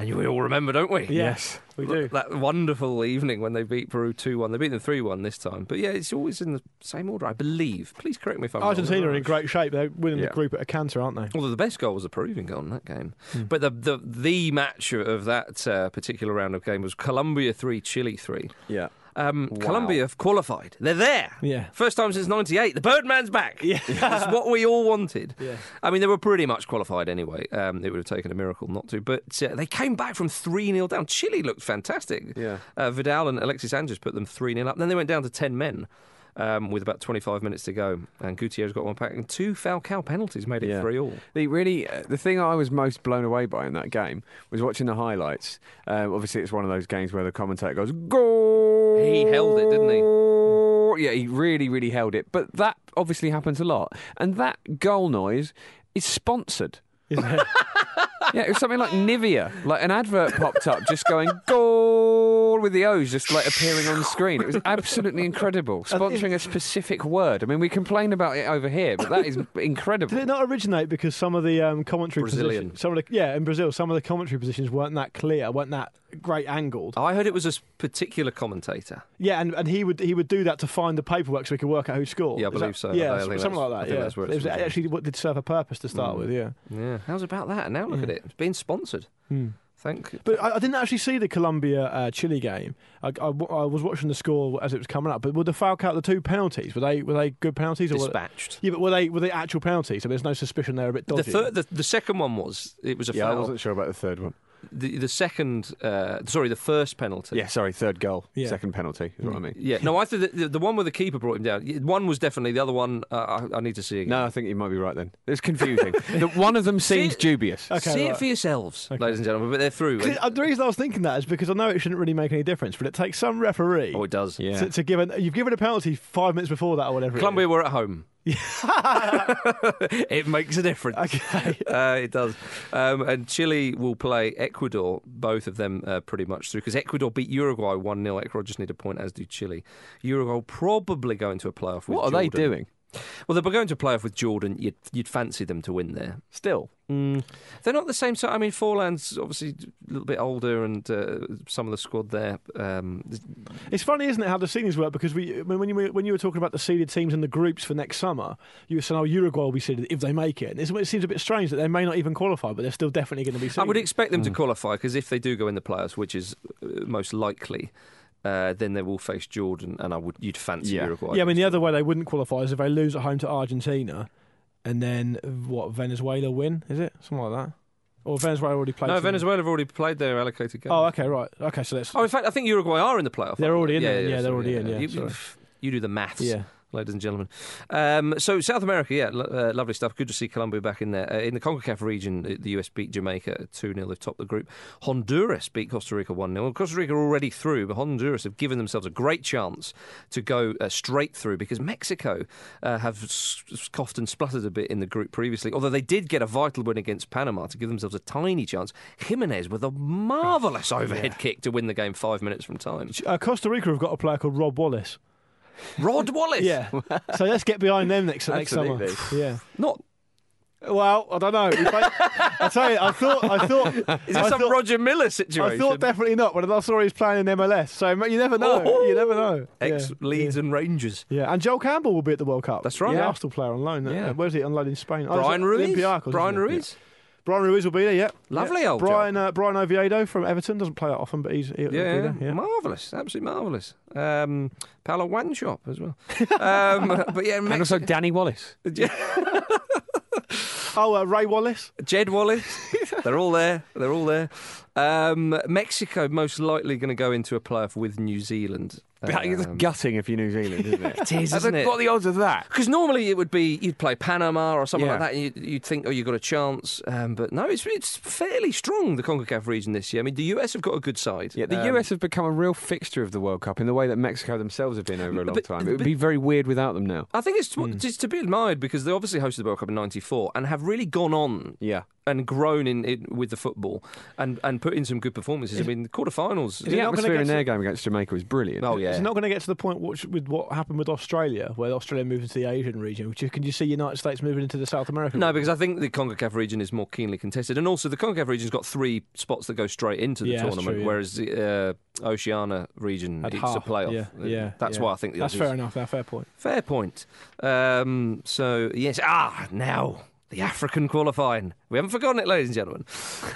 and you- we all remember, don't we?
Yes, we do.
That wonderful evening when they beat Peru 2 1. They beat them 3 1 this time. But yeah, it's always in the same order, I believe. Please correct me if I'm wrong.
Argentina are in great shape. They're winning
Yeah.
the group at a canter, aren't they?
Although the best goal was a Peruvian goal in that game.
Hmm.
But the, the the match of that uh, particular round of game was Colombia 3, Chile 3.
yeah.
Um,
Wow.
Colombia have qualified. They're there.
Yeah.
First time since 98. The Birdman's back. Yeah. That's what we all wanted.
Yeah.
I mean, they were pretty much qualified anyway. Um, it would have taken a miracle not to. But uh, they came back from 3 0 down. Chile looked fantastic.
Yeah.
Uh, Vidal and Alexis Sanchez put them 3 0 up. Then they went down to 10 men. um, with about 25 minutes to go. And Gutierrez got one back and two foul cow penalties made it
Yeah.
three all.
The really uh, the thing I was most blown away by in that game was watching the highlights. Uh, obviously, it's one of those games where the commentator goes goal.
He held it, didn't he?
Yeah, he really, really held it. But that obviously happens a lot, and that goal noise is sponsored. yeah, it was something like Nivea, like an advert popped up just going goal with the O's just like appearing on the screen. It was absolutely incredible, sponsoring a specific word. I mean, we complain about it over here, but that is incredible.
Did it not originate because some of the um, commentary
Brazilian.
positions, some of the, yeah, in Brazil, some of the commentary positions weren't that clear, weren't that great angled.
I heard it was a s- particular commentator.
Yeah, and, and he would he would do that to find the paperwork so he could work out who scored.
Yeah, I
Is that-
believe so. I
Yeah,
think
so-
that's-
something
I
like that.
think
Yeah,
that's where
it
it's
was
from. Hmm.
actually what did serve a purpose to start with. Yeah, Hmm.
Yeah, how's about that? Now look at it. It's being sponsored. Thank.
but I, I didn't actually see the Colombia uh, Chile game. I, I w- I was watching the score as it was coming up. But were the foul count the two penalties? Were they were they good penalties or? Were,
Dispatched.
yeah, but were they were they actual penalties? So there's no suspicion they're a bit
The,
dodgy.
third, the, the second one was it was a
Yeah, I
foul.
wasn't sure about the third one.
The, the second, uh, sorry, the first penalty.
Yeah, sorry, third goal,
Yeah.
second penalty is what I mean.
Yeah, no, I think the, the, the one where the keeper brought him down. y- One was definitely the other one. Uh, I, I need to see again.
No, I think you might be right then. It's confusing. the, one of them seems
See-
dubious.
Okay,
see
right.
it for yourselves, ladies and gentlemen. But they're through.
'Cause, uh, the reason I was thinking that is because I know it shouldn't really make any difference, but it takes some referee
oh, it does.
Yeah.
to, to give an, you've given a penalty five minutes before that or whatever. it
Colombia were at home. it makes a difference.
Okay.
Uh, it does. Um, and Chile will play Ecuador, both of them uh, pretty much through, because Ecuador beat Uruguay 1 0. Ecuador just need a point, as do Chile. Uruguay will probably go into a playoff with
what are they
Jordan.
doing?
Well, they're going to playoff with Jordan. You'd, you'd fancy them to win there.
Still,
Mm. They're not the same. So I mean, Forlan's obviously a little bit older, and uh, some of the squad there. Um,
It's funny, isn't it, how the seedings work? Because we, when, when you were- when you were talking about the seeded teams and the groups for next summer, you were saying, "Oh, Uruguay will be seeded if they make it." And it's, it seems a bit strange that they may not even qualify, but they're still definitely going to be
I
seeded.
would expect
Mm.
them to qualify because if they do go in the playoffs, which is uh, most likely, uh, then they will face Jordan, and I would you'd fancy
Yeah.
Uruguay.
yeah, I mean, the other way they wouldn't qualify is if they lose at home to Argentina, and then what? Venezuela win? Is it something like that? Or Venezuela already played?
no,
some-
Venezuela have already played their allocated game.
Oh, okay, right. Okay, so that's
Oh, in fact, I think Uruguay are in the playoff.
They're already in
Yeah,
there.
yeah,
Yeah, they're
sorry,
already in, yeah,
You,
sorry.
you do the maths,
yeah.
ladies and gentlemen. Um, so South America, yeah, lo- uh, lovely stuff. Good to see Colombia back in there. Uh, in the Concacaf region, uh, the- the US beat Jamaica two 0 They've topped the group. Honduras beat Costa Rica one 0 Costa Rica are already through, but Honduras have given themselves a great chance to go uh, straight through because Mexico uh, have s- scoffed and spluttered a bit in the group previously. Although they did get a vital win against Panama to give themselves a tiny chance. Jimenez with a marvelous overhead kick to win the game five minutes from time.
Uh, Costa Rica have got a player called Rob Wallace.
Rod Wallace,
Yeah, so let's get behind them next next summer.
Absolutely.
Yeah.
not
Well, I don't know. We played- I tell you, I thought, I thought,
Is
I
this some
thought-
Roger Miller
I
situation?
thought definitely not. When I saw he was playing in MLS, so ma- you never know. You never know.
Oh! Ex
yeah.
Leeds and Rangers.
Yeah, and Joel Campbell will be at the World Cup.
That's right.
The
Yeah.
Arsenal player on loan.
Yeah.
Yeah. Where's he on loan in Spain? Oh,
Brian
it's
Ruiz.
Olympiacos, isn't
Brian
it?
Ruiz.
Yeah. Brian Ruiz will be there. Yeah.
Lovely
yeah.
old
Brian. Uh, Brian Oviedo from Everton doesn't play that often, but he's he'll,
Yeah,
he'll be there. Yeah.
marvellous. Absolutely marvellous. Um, Paolo One Shop as well. Um, but yeah,
and
Mex-
also Danny Wallace.
Oh, uh, Ray Wallace.
Jed Wallace. They're all there. They're all there. Um, Mexico most likely going to go into a playoff with New Zealand. Um,
That's gutting if you're New Zealand, isn't Um, it? it
is, isn't it?
What are the odds of that?
Because normally it would be you'd play Panama or something
Yeah.
like that, and you'd, you'd think, oh, you've got a chance. Um, but no, it's it's fairly strong the Concacaf region this year. I mean, the US have got a good side.
Yeah, the
Um,
US have become a real fixture of the World Cup in the way that Mexico themselves have been over a long
But-
time. It would
but-
be very weird without them now.
I think it's
Hmm.
to, it's to be admired because they obviously hosted the World Cup in '94 and have really gone on
Yeah.
and grown in, in with the football and, and put in some good performances. I mean, the quarterfinals.
Is it
the
not gonna
atmosphere
get
in
to-
their game against Jamaica was brilliant.
Oh
It's
yeah,
not going to get to the point what, with what happened with Australia, where Australia moved into the Asian region. Which you, can you see United States moving into the South American?
no, because I think the Concacaf region is more keenly contested, and also the Concacaf region's got three spots that go straight into the
Yeah, that's
tournament,
true, yeah.
whereas the uh, Oceania region
At
it's
half,
a playoff.
yeah,
Uh,
yeah,
that's
yeah.
why I think the
That's
others-
fair enough. Now, fair point.
Fair point. Um, so yes, ah, now the African qualifying. We haven't forgotten it, ladies and gentlemen.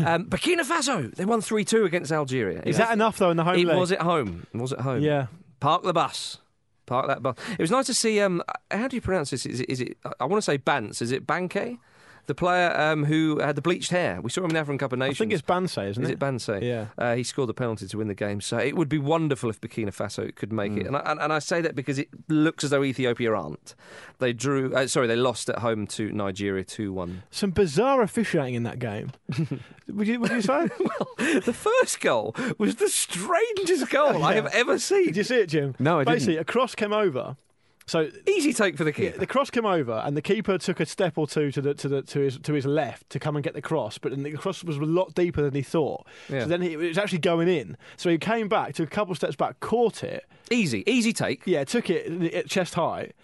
Um, Burkina Faso, they won three two against Algeria.
Is that enough though in the home
It
league?
was at home. It was at home.
Yeah.
Park the bus. Park that bus. It was nice to see. Um, how do you pronounce this? Is it? Is it I want to say Bance. Is it Banke? the player um, who had the bleached hair. We saw him in the African Cup of
I
Nations.
think it's Bansay, isn't
Is
it?
it Bansay?
Yeah.
Uh, he scored the penalty to win the game. So it would be wonderful if Burkina Faso could make
Mm.
it. And I, and, and I say that because it looks as though Ethiopia aren't. They drew, uh, sorry, they lost at home to Nigeria 2 1.
Some bizarre officiating in that game. would you? Would you say?
the first goal was the strangest goal I have ever seen.
Did you see it, Jim?
No, I didn't.
Basically, a cross came over. So
Easy take for the keeper.
the cross came over, and the keeper took a step or two to the to the to his to his left to come and get the cross. But then the cross was a lot deeper than he thought.
Yeah.
So then he, it was actually going in. So he came back, took a couple steps back, caught it.
Easy, easy take.
Yeah, took it at chest height.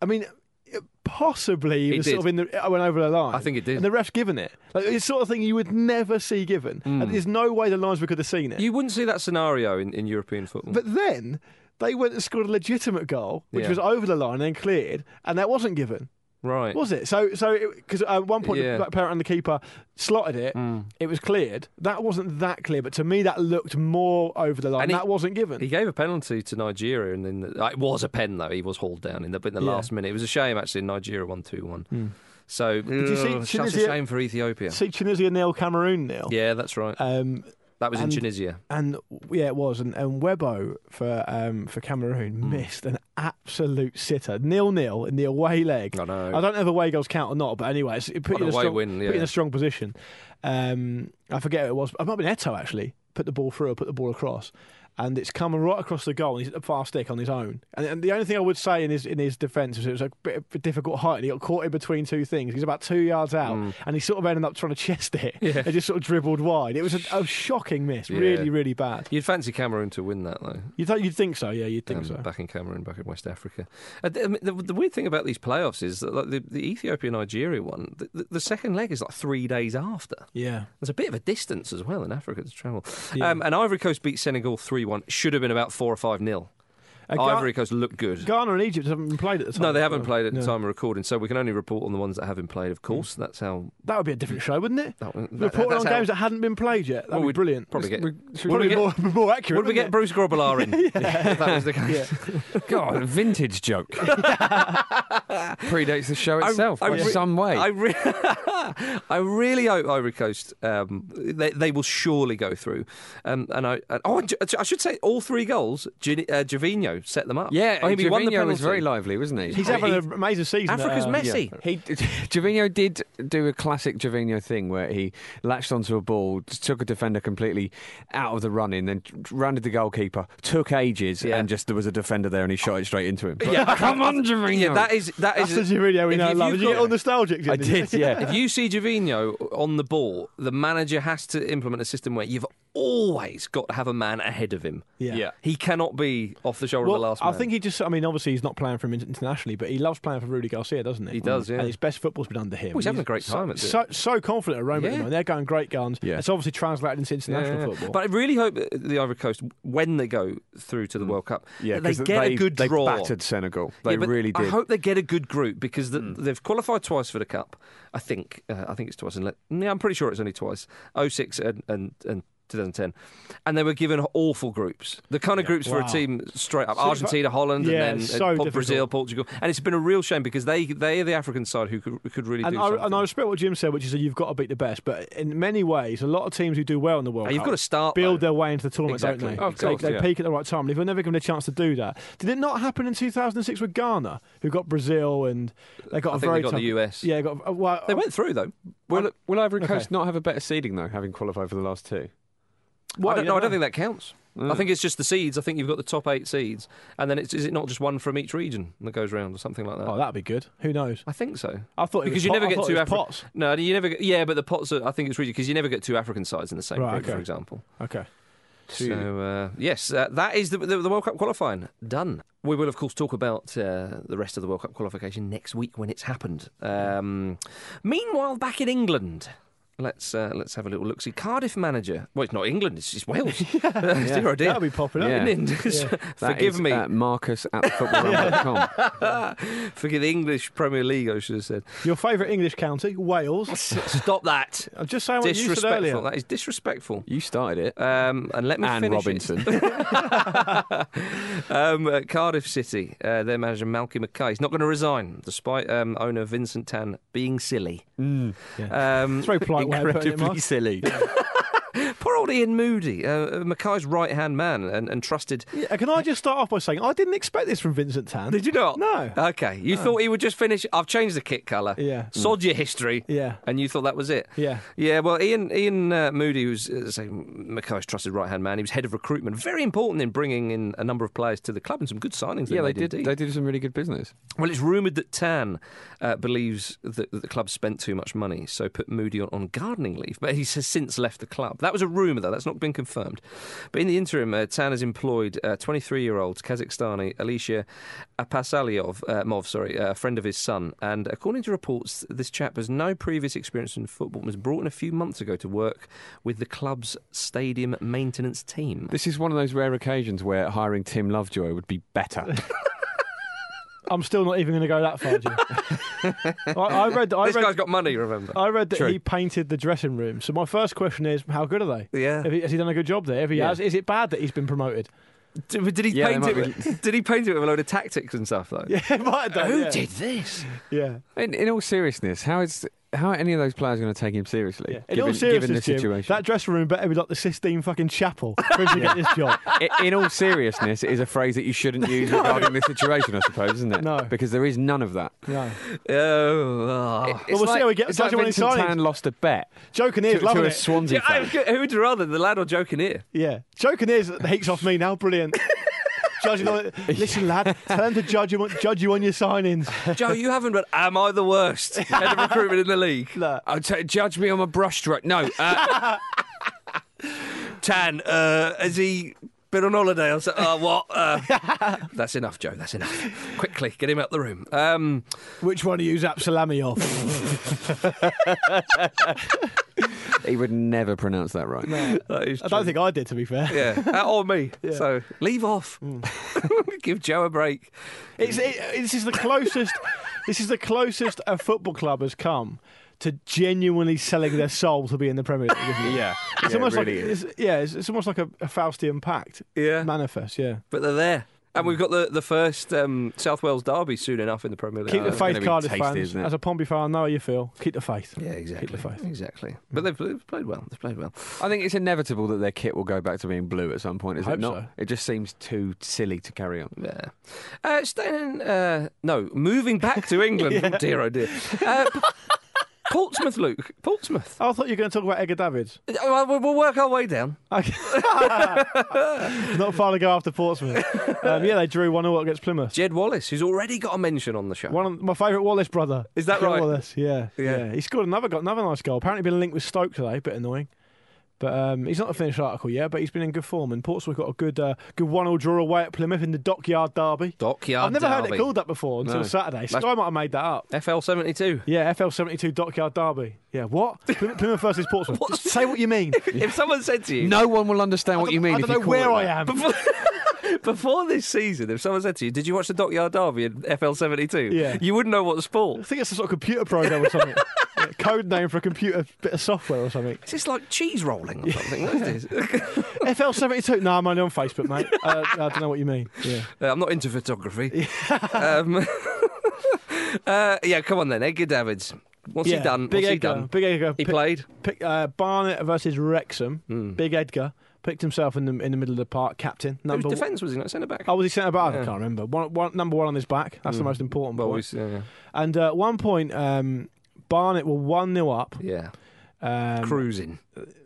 I mean. it- Possibly
It
it was sort of
did.
in the I went over the line.
I think it did.
And the ref's given it. Like it's the sort of thing you would never see given. And there's no way the linesman could have seen it.
Hmm. You wouldn't see that scenario in, in European football.
But then they went and scored a legitimate goal, which
Yeah.
was over the line and then cleared, and that wasn't given,
right.
was it? So, so because at one point
Yeah. Hmm.
the player and the keeper slotted it, it was cleared. That wasn't that clear, but to me that looked more over the line.
And he-
that wasn't given.
He gave a penalty to Nigeria, and then the, uh, it was a pen though. He was hauled down in the in the
Yeah.
last minute. It was a shame actually. Nigeria won two one. So
you see
ugh, such a
Tunisia-
shame for Ethiopia.
See Tunisia nil, Cameroon nil.
Yeah, that's right.
Um,
That was in
and-
Tunisia.
and yeah, it was. And, and Webo for um, for Cameroon
Hmm.
missed an absolute sitter, nil nil in the away leg.
I know.
I don't know if away goals count or not, but anyway, it's, it put
An
you in a
away
strong,
win,
put
yeah.
you in a strong position. Um, I forget who it was. It might have been Eto actually. Put the ball through, put the ball across, and it's coming right across the goal. And he's at the far stick on his own. And, and the only thing I would say in his in his defence is it was a bit of a difficult height. And he got caught in between two things. He's about two yards out, and he sort of ended up trying to chest it.
Mm. Yeah.
And just sort of dribbled wide. It was a, a shocking miss.
Yeah.
Really, really bad.
You'd fancy Cameroon to win that though.
You'd, th- you'd think so. Yeah, you'd think
Um,
so.
Back in Cameroon, back in West Africa. Uh, th- I mean, the, the weird thing about these playoffs is that like, the, the Ethiopia Nigeria one, the, the, the second leg is like three days after.
Yeah.
There's a bit of a distance as well in Africa to travel.
Yeah.
Um, and Ivory Coast beat Senegal 3 1. Should have been about 4 or 5 nil.
Uh, Ga-
Ivory Coast looked good.
Ghana and Egypt haven't been played at the time.
no, they haven't played at the
No. Mm.
time of recording, so we can only report on the ones that have been played, of course. That's how.
That would be a different
Mm.
show, wouldn't it?
That, that,
Reporting
that's
on
how-
games that hadn't been played yet. That'd
Well,
be
we'd
brilliant.
Probably get.
We- should
Probably
we-
more, more accurate.
Would we get
wouldn't
Bruce Grobbelaar in? if that was the case.
God, a vintage joke. Predates the show
I-
itself
I
by
re-
some way.
I, re- I really hope Ivory Coast. Um, they, they will surely go through. Um, and I and, oh, and J- I should say all three goals. Gin, uh, Jovino set them up.
yeah,
I mean, he won the
Jovino was
penalty.
very lively, wasn't he?
it? He's
Oh,
having
he-
an amazing season.
Africa's
uh,
messy.
He, Jovino did do a classic Jovino thing where he latched onto a ball, just took a defender completely out of the running, then rounded the goalkeeper, took ages,
Yeah.
and just there was a defender there and he shot it straight into him.
Yeah.
come on, Jovino.
Yeah, that is that
That's
is.
the video we
if
know
you-
and love.
if
Did
you've
you get
got-
all nostalgic?
I
Jim?
did, yeah.
If you see Jovino on the ball, the manager has to implement a system where you've always got to have a man ahead of him.
Yeah. Yeah.
He cannot be off the shoulder
Well,
of the last
I
man.
think he just, I mean, obviously he's not playing for him in- internationally, but he loves playing for Rudy Garcia, doesn't he?
He does, yeah.
And his best football's been under him.
Well, he's having a great time at the-
So, so confident at Roma at
Yeah.
the moment. They're going great guns.
Yeah.
It's obviously translated into international football.
But I really hope that the Ivory Coast, when they go through to the World Cup,
Yeah,
that they
'cause
get
they-
a good
they
draw.
battered Senegal. They
Yeah, Mm. but
really
I
did.
hope they get a good group because the, they've qualified twice for the cup. I think. Uh, I think it's twice. And le- yeah, I'm pretty sure it's only twice. 06 and and. and 2010, and they were given awful groups. The kind of groups for a
Wow.
team straight up
So-
Argentina, Holland,
Yeah,
and then uh,
so
Port-
difficult.
Brazil, Portugal, and it's been a real shame because they they are the African side who could, could really
and
do
I,
something.
and I respect what Jim said, which is that you've got to beat the best. But in many ways, a lot of teams who do well in the world,
And you've
Cup
got to start,
build
though.
their way into the tournament,
Oh, Exactly.
don't they?
Of
They-
course,
they
yeah.
peak at the right time, and if we're never given a chance to do that, did it not happen in 2006 with Ghana, who got Brazil and they got
I think
a
they
very
got
tough-
the US.
Yeah, got uh, well,
they went through though.
Will, will Ivory
Okay.
Coast not have a better seeding though, having qualified for the last two?
Well,
I don't
you
know. I
don't
don't think that counts. I
Mm.
think it's just the seeds. I think you've got the top eight seeds, and then it's, is it not just one from each region that goes round or something like that?
Oh, that'd be good. Who knows?
I think so.
I thought it
because
was
you
pot-
never
I
get
thought
two
it was
Afri-
pots.
No, you never get. Yeah, but the pots. Are, I think it's really because you never get two African sides in the same
Right,
group, for
okay.
example.
Okay.
So uh, yes, uh, that is the, the the World Cup qualifying done. We will of course talk about uh, the rest of the World Cup qualification next week when it's happened. Um, meanwhile, back in England. Let's uh, let's have a little look. See, Cardiff manager. Well, it's not England. It's, it's Wales. Zero idea.
That'll be popping up.
Yeah.
In England.
That
Forgive
is
me.
At Marcus at footballrun.com.
Forgive the English Premier League. I should have said.
Your favourite English county, Wales.
Stop that.
I'm just saying what you said
disrespectful.
earlier.
That is disrespectful.
You started it.
Um, and let me
Anne
finish it.
Robinson.
um, uh, Cardiff City, uh, their manager Malky Mackay, is not going to resign, despite um, owner Vincent Tan being silly. Um,
Mm, It's a very polite way of putting it, Mark.
Incredibly silly.
poor old Ian Moody, uh, Mackay's right hand man, and, and trusted.
Yeah, can I just start off by saying I didn't expect this from Vincent Tan?
Did you not?
No.
Okay, you thought he would just finish. I've changed the kit colour.
Yeah.
Sod your history.
Yeah.
And you thought that was it.
Yeah.
Yeah, well, Ian Ian uh, Moody, who's uh, say, Mackay's trusted right hand man, he was head of recruitment. Very important in bringing in a number of players to the club and some good signings. they,
Yeah, they
made
did.
indeed.
They did some really good business.
Well, it's rumoured that Tan uh, believes that, that the club spent too much money, so put Moody on, on gardening leave. But he has since left the club. That was a rumour, though. That's not been confirmed. But in the interim, uh, Tan has employed 23 year old Kazakhstani Alicia Apasalyov, uh, Mov, sorry, a friend of his son. And according to reports, this chap has no previous experience in football and was brought in a few months ago to work with the club's stadium maintenance team.
This is one of those rare occasions where hiring Tim Lovejoy would be better.
I'm still not even going to go that far. Jim. I, I read. I
this
read.
guy's got money, remember?
I read that
True.
he painted the dressing room. So my first question is, how good are they?
Yeah.
Have he, has he done a good job there? If he
Yeah.
has, is it bad that he's been promoted?
Did, did he
Yeah, they
paint it?
might
with- did he paint it with a load of tactics and stuff though?
Yeah, it might have done.
Who
yeah.
did this?
Yeah.
in, in all seriousness, how is how are any of those players going to take him seriously?
yeah. In
Given,
all
given the
seriousness, Jim,
situation.
that dressing room better be like the Sistine fucking chapel for him to get this job.
I- in all seriousness, it is a phrase that you shouldn't use regarding this situation, I suppose, isn't it?
No.
because there is none of that.
No.
Oh,
It's
we'll see how we get-
It's
judge
like
him when he
Vincent
signs.
Tan lost a bet
Joking
to,
is loving
to a
it.
Swansea
Yeah, I-
fan.
who would you rather, the lad or joking here?
Yeah. Joking is that heaps off me now. Brilliant. Judging on it. Listen, lad, tell him to judge you, on- judge you on your signings.
Joe, you haven't read Am I the Worst? Head of recruitment in the league.
Oh, t- judge me on my brushstroke. No, uh,
Tan, uh, has he been on holiday? I said, oh, what? Uh, that's enough, Joe, that's enough. Quickly, get him out the room. Um,
Which one of you's Absalami off?
he would never pronounce that right.
that is
I don't
true.
think I did, to be fair.
Yeah, Hmm. uh, or me. So leave off. Give Joe a break.
It's, it, this is the closest. this is the closest a football club has come to genuinely selling their soul to be in the Premier League. Isn't it?
Yeah,
It's almost like It's, yeah, it's, it's almost like a, a Faustian pact
Yeah.
manifest. Yeah,
But they're there. And we've got the, the first um, South Wales derby soon enough in the Premier League.
keep the
it's
faith,
gonna be
Cardiff
tasty,
fans.
isn't it?
As a Pompey fan, I know how you feel. Keep the faith.
Yeah, exactly.
Keep the faith.
Exactly. But they've, they've played well. They've played well.
I think it's inevitable that their kit will go back to being blue at some point, is
I
it
hope
not?
so.
It just seems too silly to carry on.
Yeah. Uh, staying in, uh, no, moving back to England. Oh, Dear, oh dear. Uh, P- Portsmouth, Luke. Portsmouth.
Oh, I thought you were going to talk about Edgar Davids.
Uh, well, We'll, we'll work our way down.
Not far to go after Portsmouth. um, yeah, they drew one 0 against Plymouth.
Jed Wallace, who's already got a mention on the show.
One of my favourite Wallace brother.
Is that
Phil
right?
Wallace, yeah,
Yeah.
yeah. He scored another got another nice goal. Apparently been linked with Stoke today, bit annoying. But um, he's not a finished article yet, but he's been in good form and Portsmouth got a good uh, good one all draw away at Plymouth in the Dockyard Derby.
Dockyard
I've never heard
Derby.
it called that before until
No.
Saturday.
That's-
Sky might have made that up.
FL 72.
Yeah, FL seventy two Dockyard Derby. Yeah, what? Plymouth Plymouth versus Portsmouth. Just say what you mean.
If someone said to you,
No one will understand what you mean
I
if
don't
you
know
call
where
it
I
that.
am.
before, before this season, if someone said to you, Did you watch the Dockyard Derby in FL 72?
Yeah.
You wouldn't know what sport.
I think it's a sort of computer program or something. Yeah, code name for a computer bit of software or something.
It's just like cheese rolling or something. What is this?
FL seventy two. No, I'm only on Facebook, mate. Uh, I don't know what you mean. Yeah.
Uh, I'm not into photography. um, uh, yeah, come on then, Edgar Davids. What's he
Yeah,
done?
Big
What's he
Edgar.
done?
Big Edgar.
He
pick-
played. Hmm.
pick, uh, Barnett versus Wrexham. Big Edgar picked himself in the in the middle of the park. Captain
Whose
number.
defence was he not centre back?
Oh, was he centre back?
Yeah. Hmm.
I can't remember. One, one, number one on his back. That's the most important
well,
point.
he's- yeah,
And uh, at one point, um, Barnett were one 0 up.
yeah.
Um,
cruising.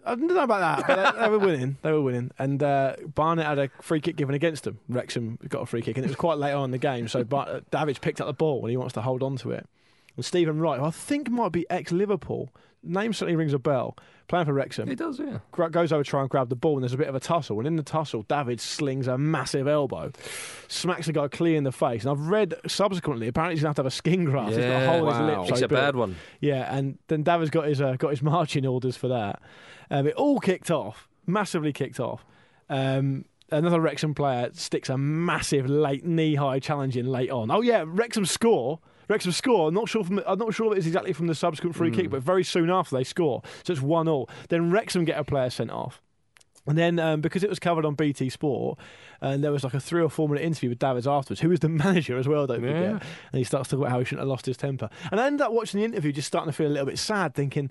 I don't know about that, but they, they were winning. They were winning, and uh, Barnett had a free kick given against them. uh, Wrexham got a free kick, and it was quite late on in the game. So Bar- Davids picked up the ball, and he wants to hold on to it. and Stephen Wright, who I think might be ex Liverpool. Name certainly rings a bell. Playing for Wrexham.
It does, yeah.
Gra- goes over to try and grab the ball, and there's a bit of a tussle. And in the tussle, David slings a massive elbow, smacks the guy clear in the face. And I've read subsequently, apparently he's going to have to have a skin graft. he's got a
Yeah,
hole in his
wow.
lip. so
It's a
he built-
bad one.
yeah, and then David's got his uh, got his marching orders for that. Um, it all kicked off, massively kicked off. Um, another Wrexham player sticks a massive late knee high challenge in late on. Oh yeah, Wrexham score. Wrexham score. I'm not sure. From, I'm not sure if it's exactly from the subsequent free kick, but very soon after they score, so it's one all. Then Wrexham get a player sent off. And then, um, because it was covered on BT Sport, and there was like a three or four minute interview with Davids afterwards, who was the manager as well, don't
Yeah.
forget. And he starts talking about how he shouldn't have lost his temper. And I ended up watching the interview, just starting to feel a little bit sad, thinking,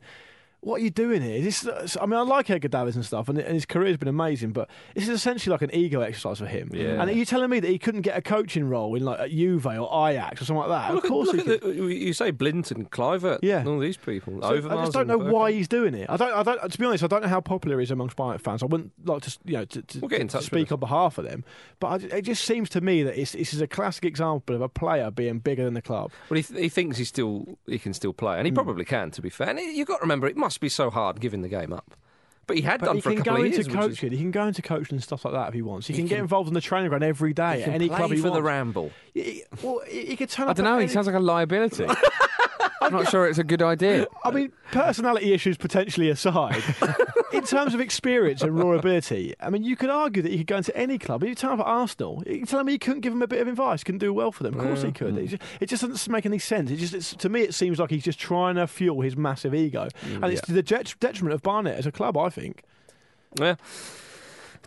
what are you doing here? Is this, I mean, I like Edgar Davids and stuff, and and his career's been amazing, but this is essentially like an ego exercise for him.
Yeah.
And are you telling me that he couldn't get a coaching role in like at Juve or Ajax or something like that?
Well,
of course
look
he
at,
could.
look at the, you say Blinton, Clivert,
Yeah.
and all these people.
So I just
Overmars
don't
and
know
Burkham.
why he's doing it. I don't. I don't. To be honest, I don't know how popular he is amongst Barnet fans. I wouldn't like to, you know, to, to,
We'll get in
to
touch with
speak
us.
on behalf of them. But I, it just seems to me that it's, this is a classic example of a player being bigger than the club.
Well, he, th- he thinks he still he can still play,
Hmm.
and he probably can. To be fair, and it- you've got to remember, it must be so hard giving the game up. But he had
But
done
he
for a
can
couple
go
of
into
years. which is-
coaching. He can go into coaching and stuff like that if he wants. He,
He
can, get
can-
involved in the training ground every day
he
at
can
any
play
club he
for the
wants.
Ramble.
He- he- well, he, he could turn
I
up.
don't
at
know. He
any-
sounds like a liability. I'm not sure it's a good idea.
I mean, personality issues potentially aside, in terms of experience and raw ability, I mean, you could argue that he could go into any club. If you turn up at Arsenal, you tell me you couldn't give him a bit of advice, couldn't do well for them. Of course he
Mm-hmm.
could. It just, it just doesn't make any sense. It just, it's, to me, it seems like he's just trying to fuel his massive ego, and it's to the det- detriment of Barnet as a club, I think.
Yeah.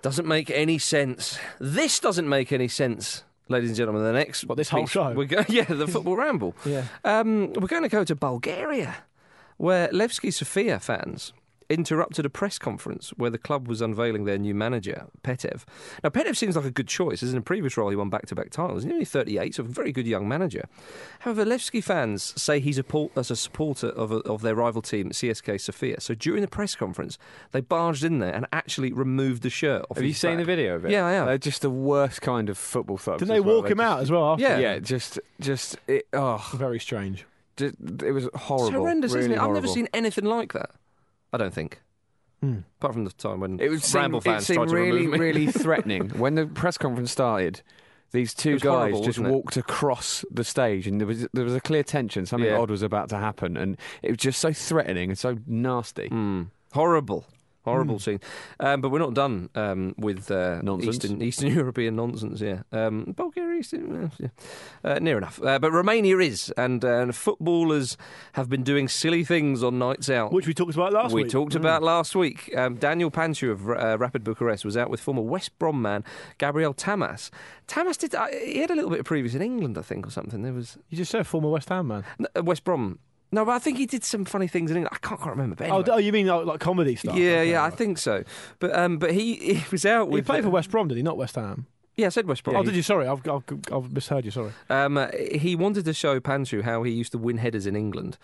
Doesn't make any sense. This doesn't make any sense, ladies and gentlemen. The next.
What, this whole
piece-
show?
We're go- yeah, the football ramble.
Yeah.
Um, we're going to go to Bulgaria, where Levski Sofia fans interrupted a press conference where the club was unveiling their new manager, Petev. Now, Petev seems like a good choice, as in a previous role he won back to back titles. He's only 38, so a very good young manager. However, Levski fans say he's a, pol- as a supporter of, a, of their rival team, CSK Sofia. So during the press conference, they barged in there and actually removed the shirt off
Have you
his
seen
back.
the video of it?
Yeah, I have.
They're just the worst kind of football thugs.
Didn't
as
they
well.
walk him
just-
out as well? After?
Yeah.
Yeah, just, just, it, oh,
Very strange.
just, it was horrible.
It's horrendous,
really
isn't it? I've never
horrible.
seen anything like that. I don't think.
Hmm.
Apart from the time when
It was
Ramble
seem, it
fans
seemed
tried to
really,
remove me.
really threatening. When the press conference started, these
It
two
was
guys
horrible,
just
wasn't it?
walked across the stage, and there was there was a clear tension. Something
Yeah.
odd was about to happen, and it was just so threatening and so nasty.
Mm. Horrible. Horrible scene. Um, but we're not done um, with uh,
Nonsense.
Eastern, Eastern European nonsense, yeah. Um, Bulgaria, Eastern, uh, yeah. Uh, near enough. Uh, but Romania is, and, uh, and footballers have been doing silly things on nights out.
Which we talked about last
we
week. Mm.
talked about last week. Um, Daniel Panchu of uh, Rapid Bucharest was out with former West Brom man Gabriel Tamas. Tamas did uh, he had a little bit of previous in England, I think, or something. There was
You just said former West Ham man.
no, uh, West Brom. No, but I think he did some funny things in England. I can't quite remember. But anyway.
Oh, oh, you mean oh, like comedy stuff?
yeah,
Okay,
yeah, I
right.
think so. But um, but he, he was out
He
with. uh,
played for West Brom, did he? Not West Ham.
Yeah, I said West Brom.
oh, did you? Sorry, I've, I've, I've misheard you. Sorry.
Um, uh, he wanted to show Panchu how he used to win headers in England.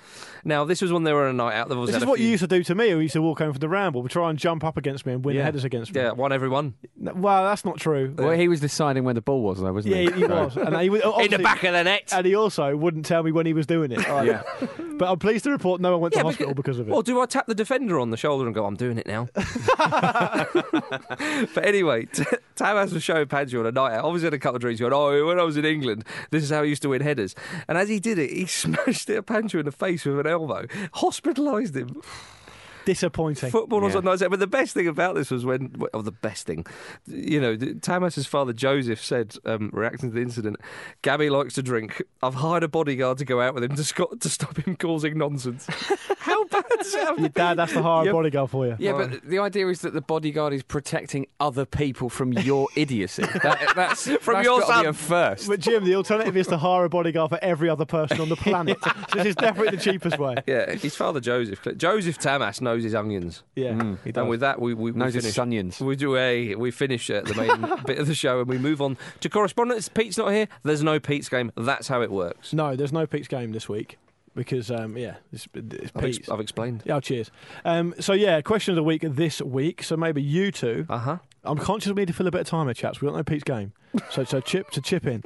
Now this was when they were on a night out. They've always
This
had
is
a
what you
few-
used to do to me. Who used to walk home from the ramble, try and jump up against me and win
Yeah.
headers against me.
Yeah, one everyone
No, Well, that's not true.
Well, he was deciding where the ball was, though, wasn't
yeah,
he?
he, he
So-
was, and he was
in the
obviously-
back of the net.
And he also wouldn't tell me when he was doing it.
Yeah.
But I'm pleased to report no one went
Yeah,
to hospital
beca-
because of it.
Well, do I tap the defender on the shoulder and go, I'm doing it now? but anyway, t- Tamas was showing Pancho on a night out. Obviously, had a couple of drinks. He went, Oh, when I was in England, this is how I used to win headers. And as he did it, he smashed it at Pancho in the face with an elbow, hospitalised him.
Disappointing.
Footballers
Yeah.
on those. But the best thing about this was when, oh, the best thing, you know, Tamas's father Joseph said, um, reacting to the incident, Gabby likes to drink. I've hired a bodyguard to go out with him to, sc- to stop him causing nonsense. How bad does it have to
Your dad, that's the hard
Yeah.
bodyguard for you.
Yeah, but the idea is that the bodyguard is protecting other people from your idiocy. That, that's
From
that's
your
gotta
son.
be a first.
But Jim, the alternative is to hire a bodyguard for every other person on the planet. so this is definitely the cheapest way.
Yeah, his father Joseph. Joseph Tamas knows his onions.
Yeah, he does.
And with that, we, we, we
Knows his
finish.
sunions.
We do a we finish at the main bit of the show and we move on to correspondence. Pete's not here. There's no Pete's game. That's how it works.
no, there's no Pete's game this week because um, yeah, it's, it's
I've, ex-
Pete's.
I've explained.
Yeah, oh, cheers. Um, so yeah, question of the week this week. So maybe you two.
Uh huh.
I'm conscious we need to fill a bit of time here, chaps. We don't know Pete's game, so so chip to chip in.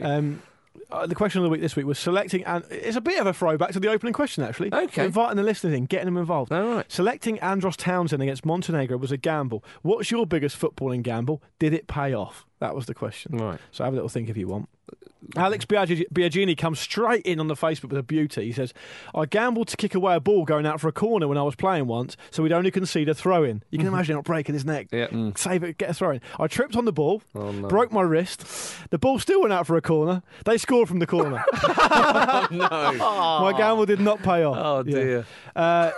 Um, uh, the question of the week this week was selecting, and it's a bit of a throwback to the opening question, actually.
Okay.
Inviting the listeners in, getting them involved.
All right.
Selecting Andros Townsend against Montenegro was a gamble. What's your biggest footballing gamble? Did it pay off? That was the question.
Right.
So have a little think if you want. Alex Biagi- Biagini comes straight in on the Facebook with a beauty. He says, I gambled to kick away a ball going out for a corner when I was playing once, so we'd only concede a throw in. You can imagine not breaking his neck.
Mm-hmm. Yeah. Oh,
Save it, get a throw in. I tripped on the ball, broke my wrist. The ball still went out for a corner. They scored from the corner. my gamble did not pay off.
Oh,
Yeah.
dear.
Uh,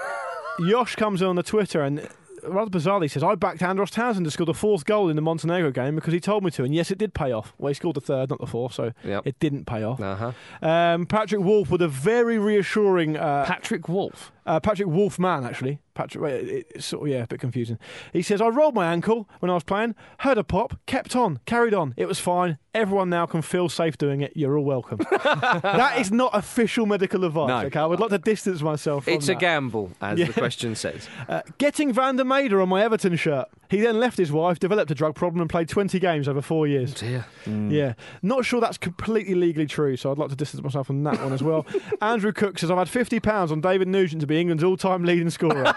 Yosh comes on the Twitter and rather bizarrely says, I backed Andros Townsend to score the fourth goal in the Montenegro game because he told me to. And yes, it did pay off. Well, he scored the third, not the fourth, so
Yep.
it didn't pay off.
Uh huh.
Um, Patrick Wolf with a very reassuring. Uh,
Patrick Wolf.
uh, Patrick Wolfman, actually. Patrick, wait, it- it's sort of, yeah, a bit confusing. He says, I rolled my ankle when I was playing, heard a pop, kept on, carried on. It was fine. Everyone now can feel safe doing it. You're all welcome. that is not official medical advice,
No.
okay? I would like to distance myself from
It's a
that.
gamble, as
Yeah.
the question says.
Uh, getting Van der Mader on my Everton shirt. He then left his wife, developed a drug problem, and played 20 games over four years.
Oh, Dear.
Yeah. Not sure that's completely legally true, so I'd like to distance myself from that one as well. Andrew Cook says, I've had £50 on David Nugent to be England's all time leading scorer.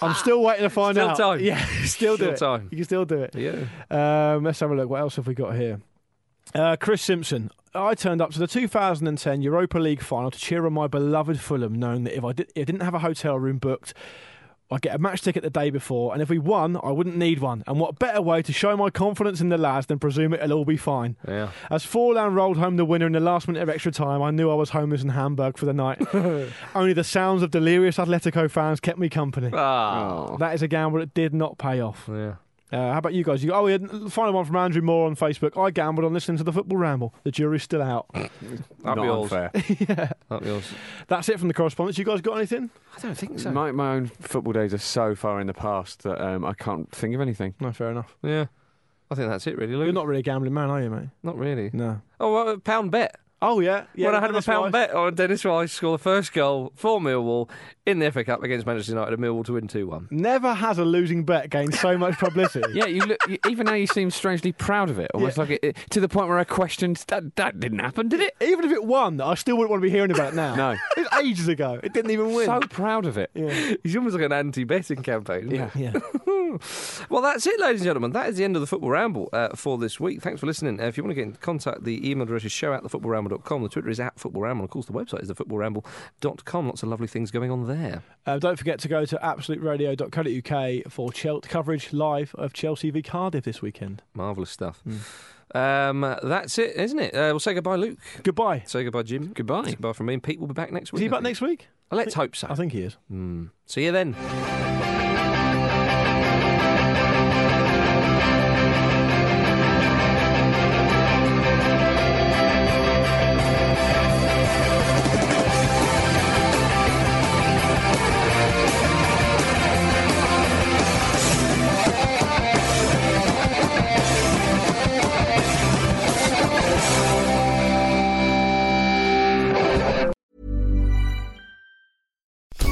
I'm still waiting to find
Still
out.
time.
Yeah, still do
Still
it.
time.
You can still do it.
Yeah.
Um, let's have a look. What else have we got here? Uh, Chris Simpson. I turned up to the 2010 Europa League final to cheer on my beloved Fulham, knowing that if I, did, if I didn't have a hotel room booked, I'd get a match ticket the day before, and if we won, I wouldn't need one. And what better way to show my confidence in the lads than presume it'll all be fine?
Yeah.
As Forlan rolled home the winner in the last minute of extra time, I knew I was homeless in Hamburg for the night. Only the sounds of delirious Atletico fans kept me company.
Ah.
That is a gamble that did not pay off.
Yeah.
Uh, how about you guys? You, oh, yeah, final one from Andrew Moore on Facebook. I gambled on listening to the football ramble. The jury's still out.
That'd
Not
be yours.
unfair.
That'd be yours.
That's it from the correspondence. You guys got anything?
I don't think so.
My, my own football days are so far in the past that um, I can't think of anything.
No, fair enough.
Yeah. I think that's it, really, Luke.
You're not really a gambling man, are you, mate?
Not really.
No.
Oh, well, a pound bet.
Oh yeah. yeah
when I had a
that's
pound
why-
bet on Dennis Rice score the first goal for Millwall in the FA Cup against Manchester United and Millwall to win 2 1.
Never has a losing bet gained so much publicity.
Yeah, you look. You, even now, you seem strangely proud of it, almost like it, it- to the point where I questioned that. That didn't happen, did it?
Even if it won, I still wouldn't want to be hearing about it now.
No.
It was ages ago. It didn't even win.
So proud of it.
yeah.
He's almost like an anti betting campaign. isn't he? Hmm.
Yeah.
Yeah.
Well, that's it, ladies and gentlemen. That is the end of the Football Ramble uh, for this week. Thanks for listening. Uh, if you want to get in contact, the email address is show at thefootballramble.com. The Twitter is at Football Ramble. Of course, the website is thefootballramble.com. Lots of lovely things going on there.
Uh, don't forget to go to absoluteradio.co.uk for Chelsea coverage live of Chelsea v Cardiff this weekend.
Marvellous stuff.
Hmm.
Um, uh, that's it, isn't it? Uh, we'll say goodbye, Luke.
Goodbye.
Say goodbye, Jim.
Goodbye.
Goodbye from me. And Pete will be back next week.
Is he
I
back
think.
next week?
Let's hope so.
I think he is.
Mm. See you then.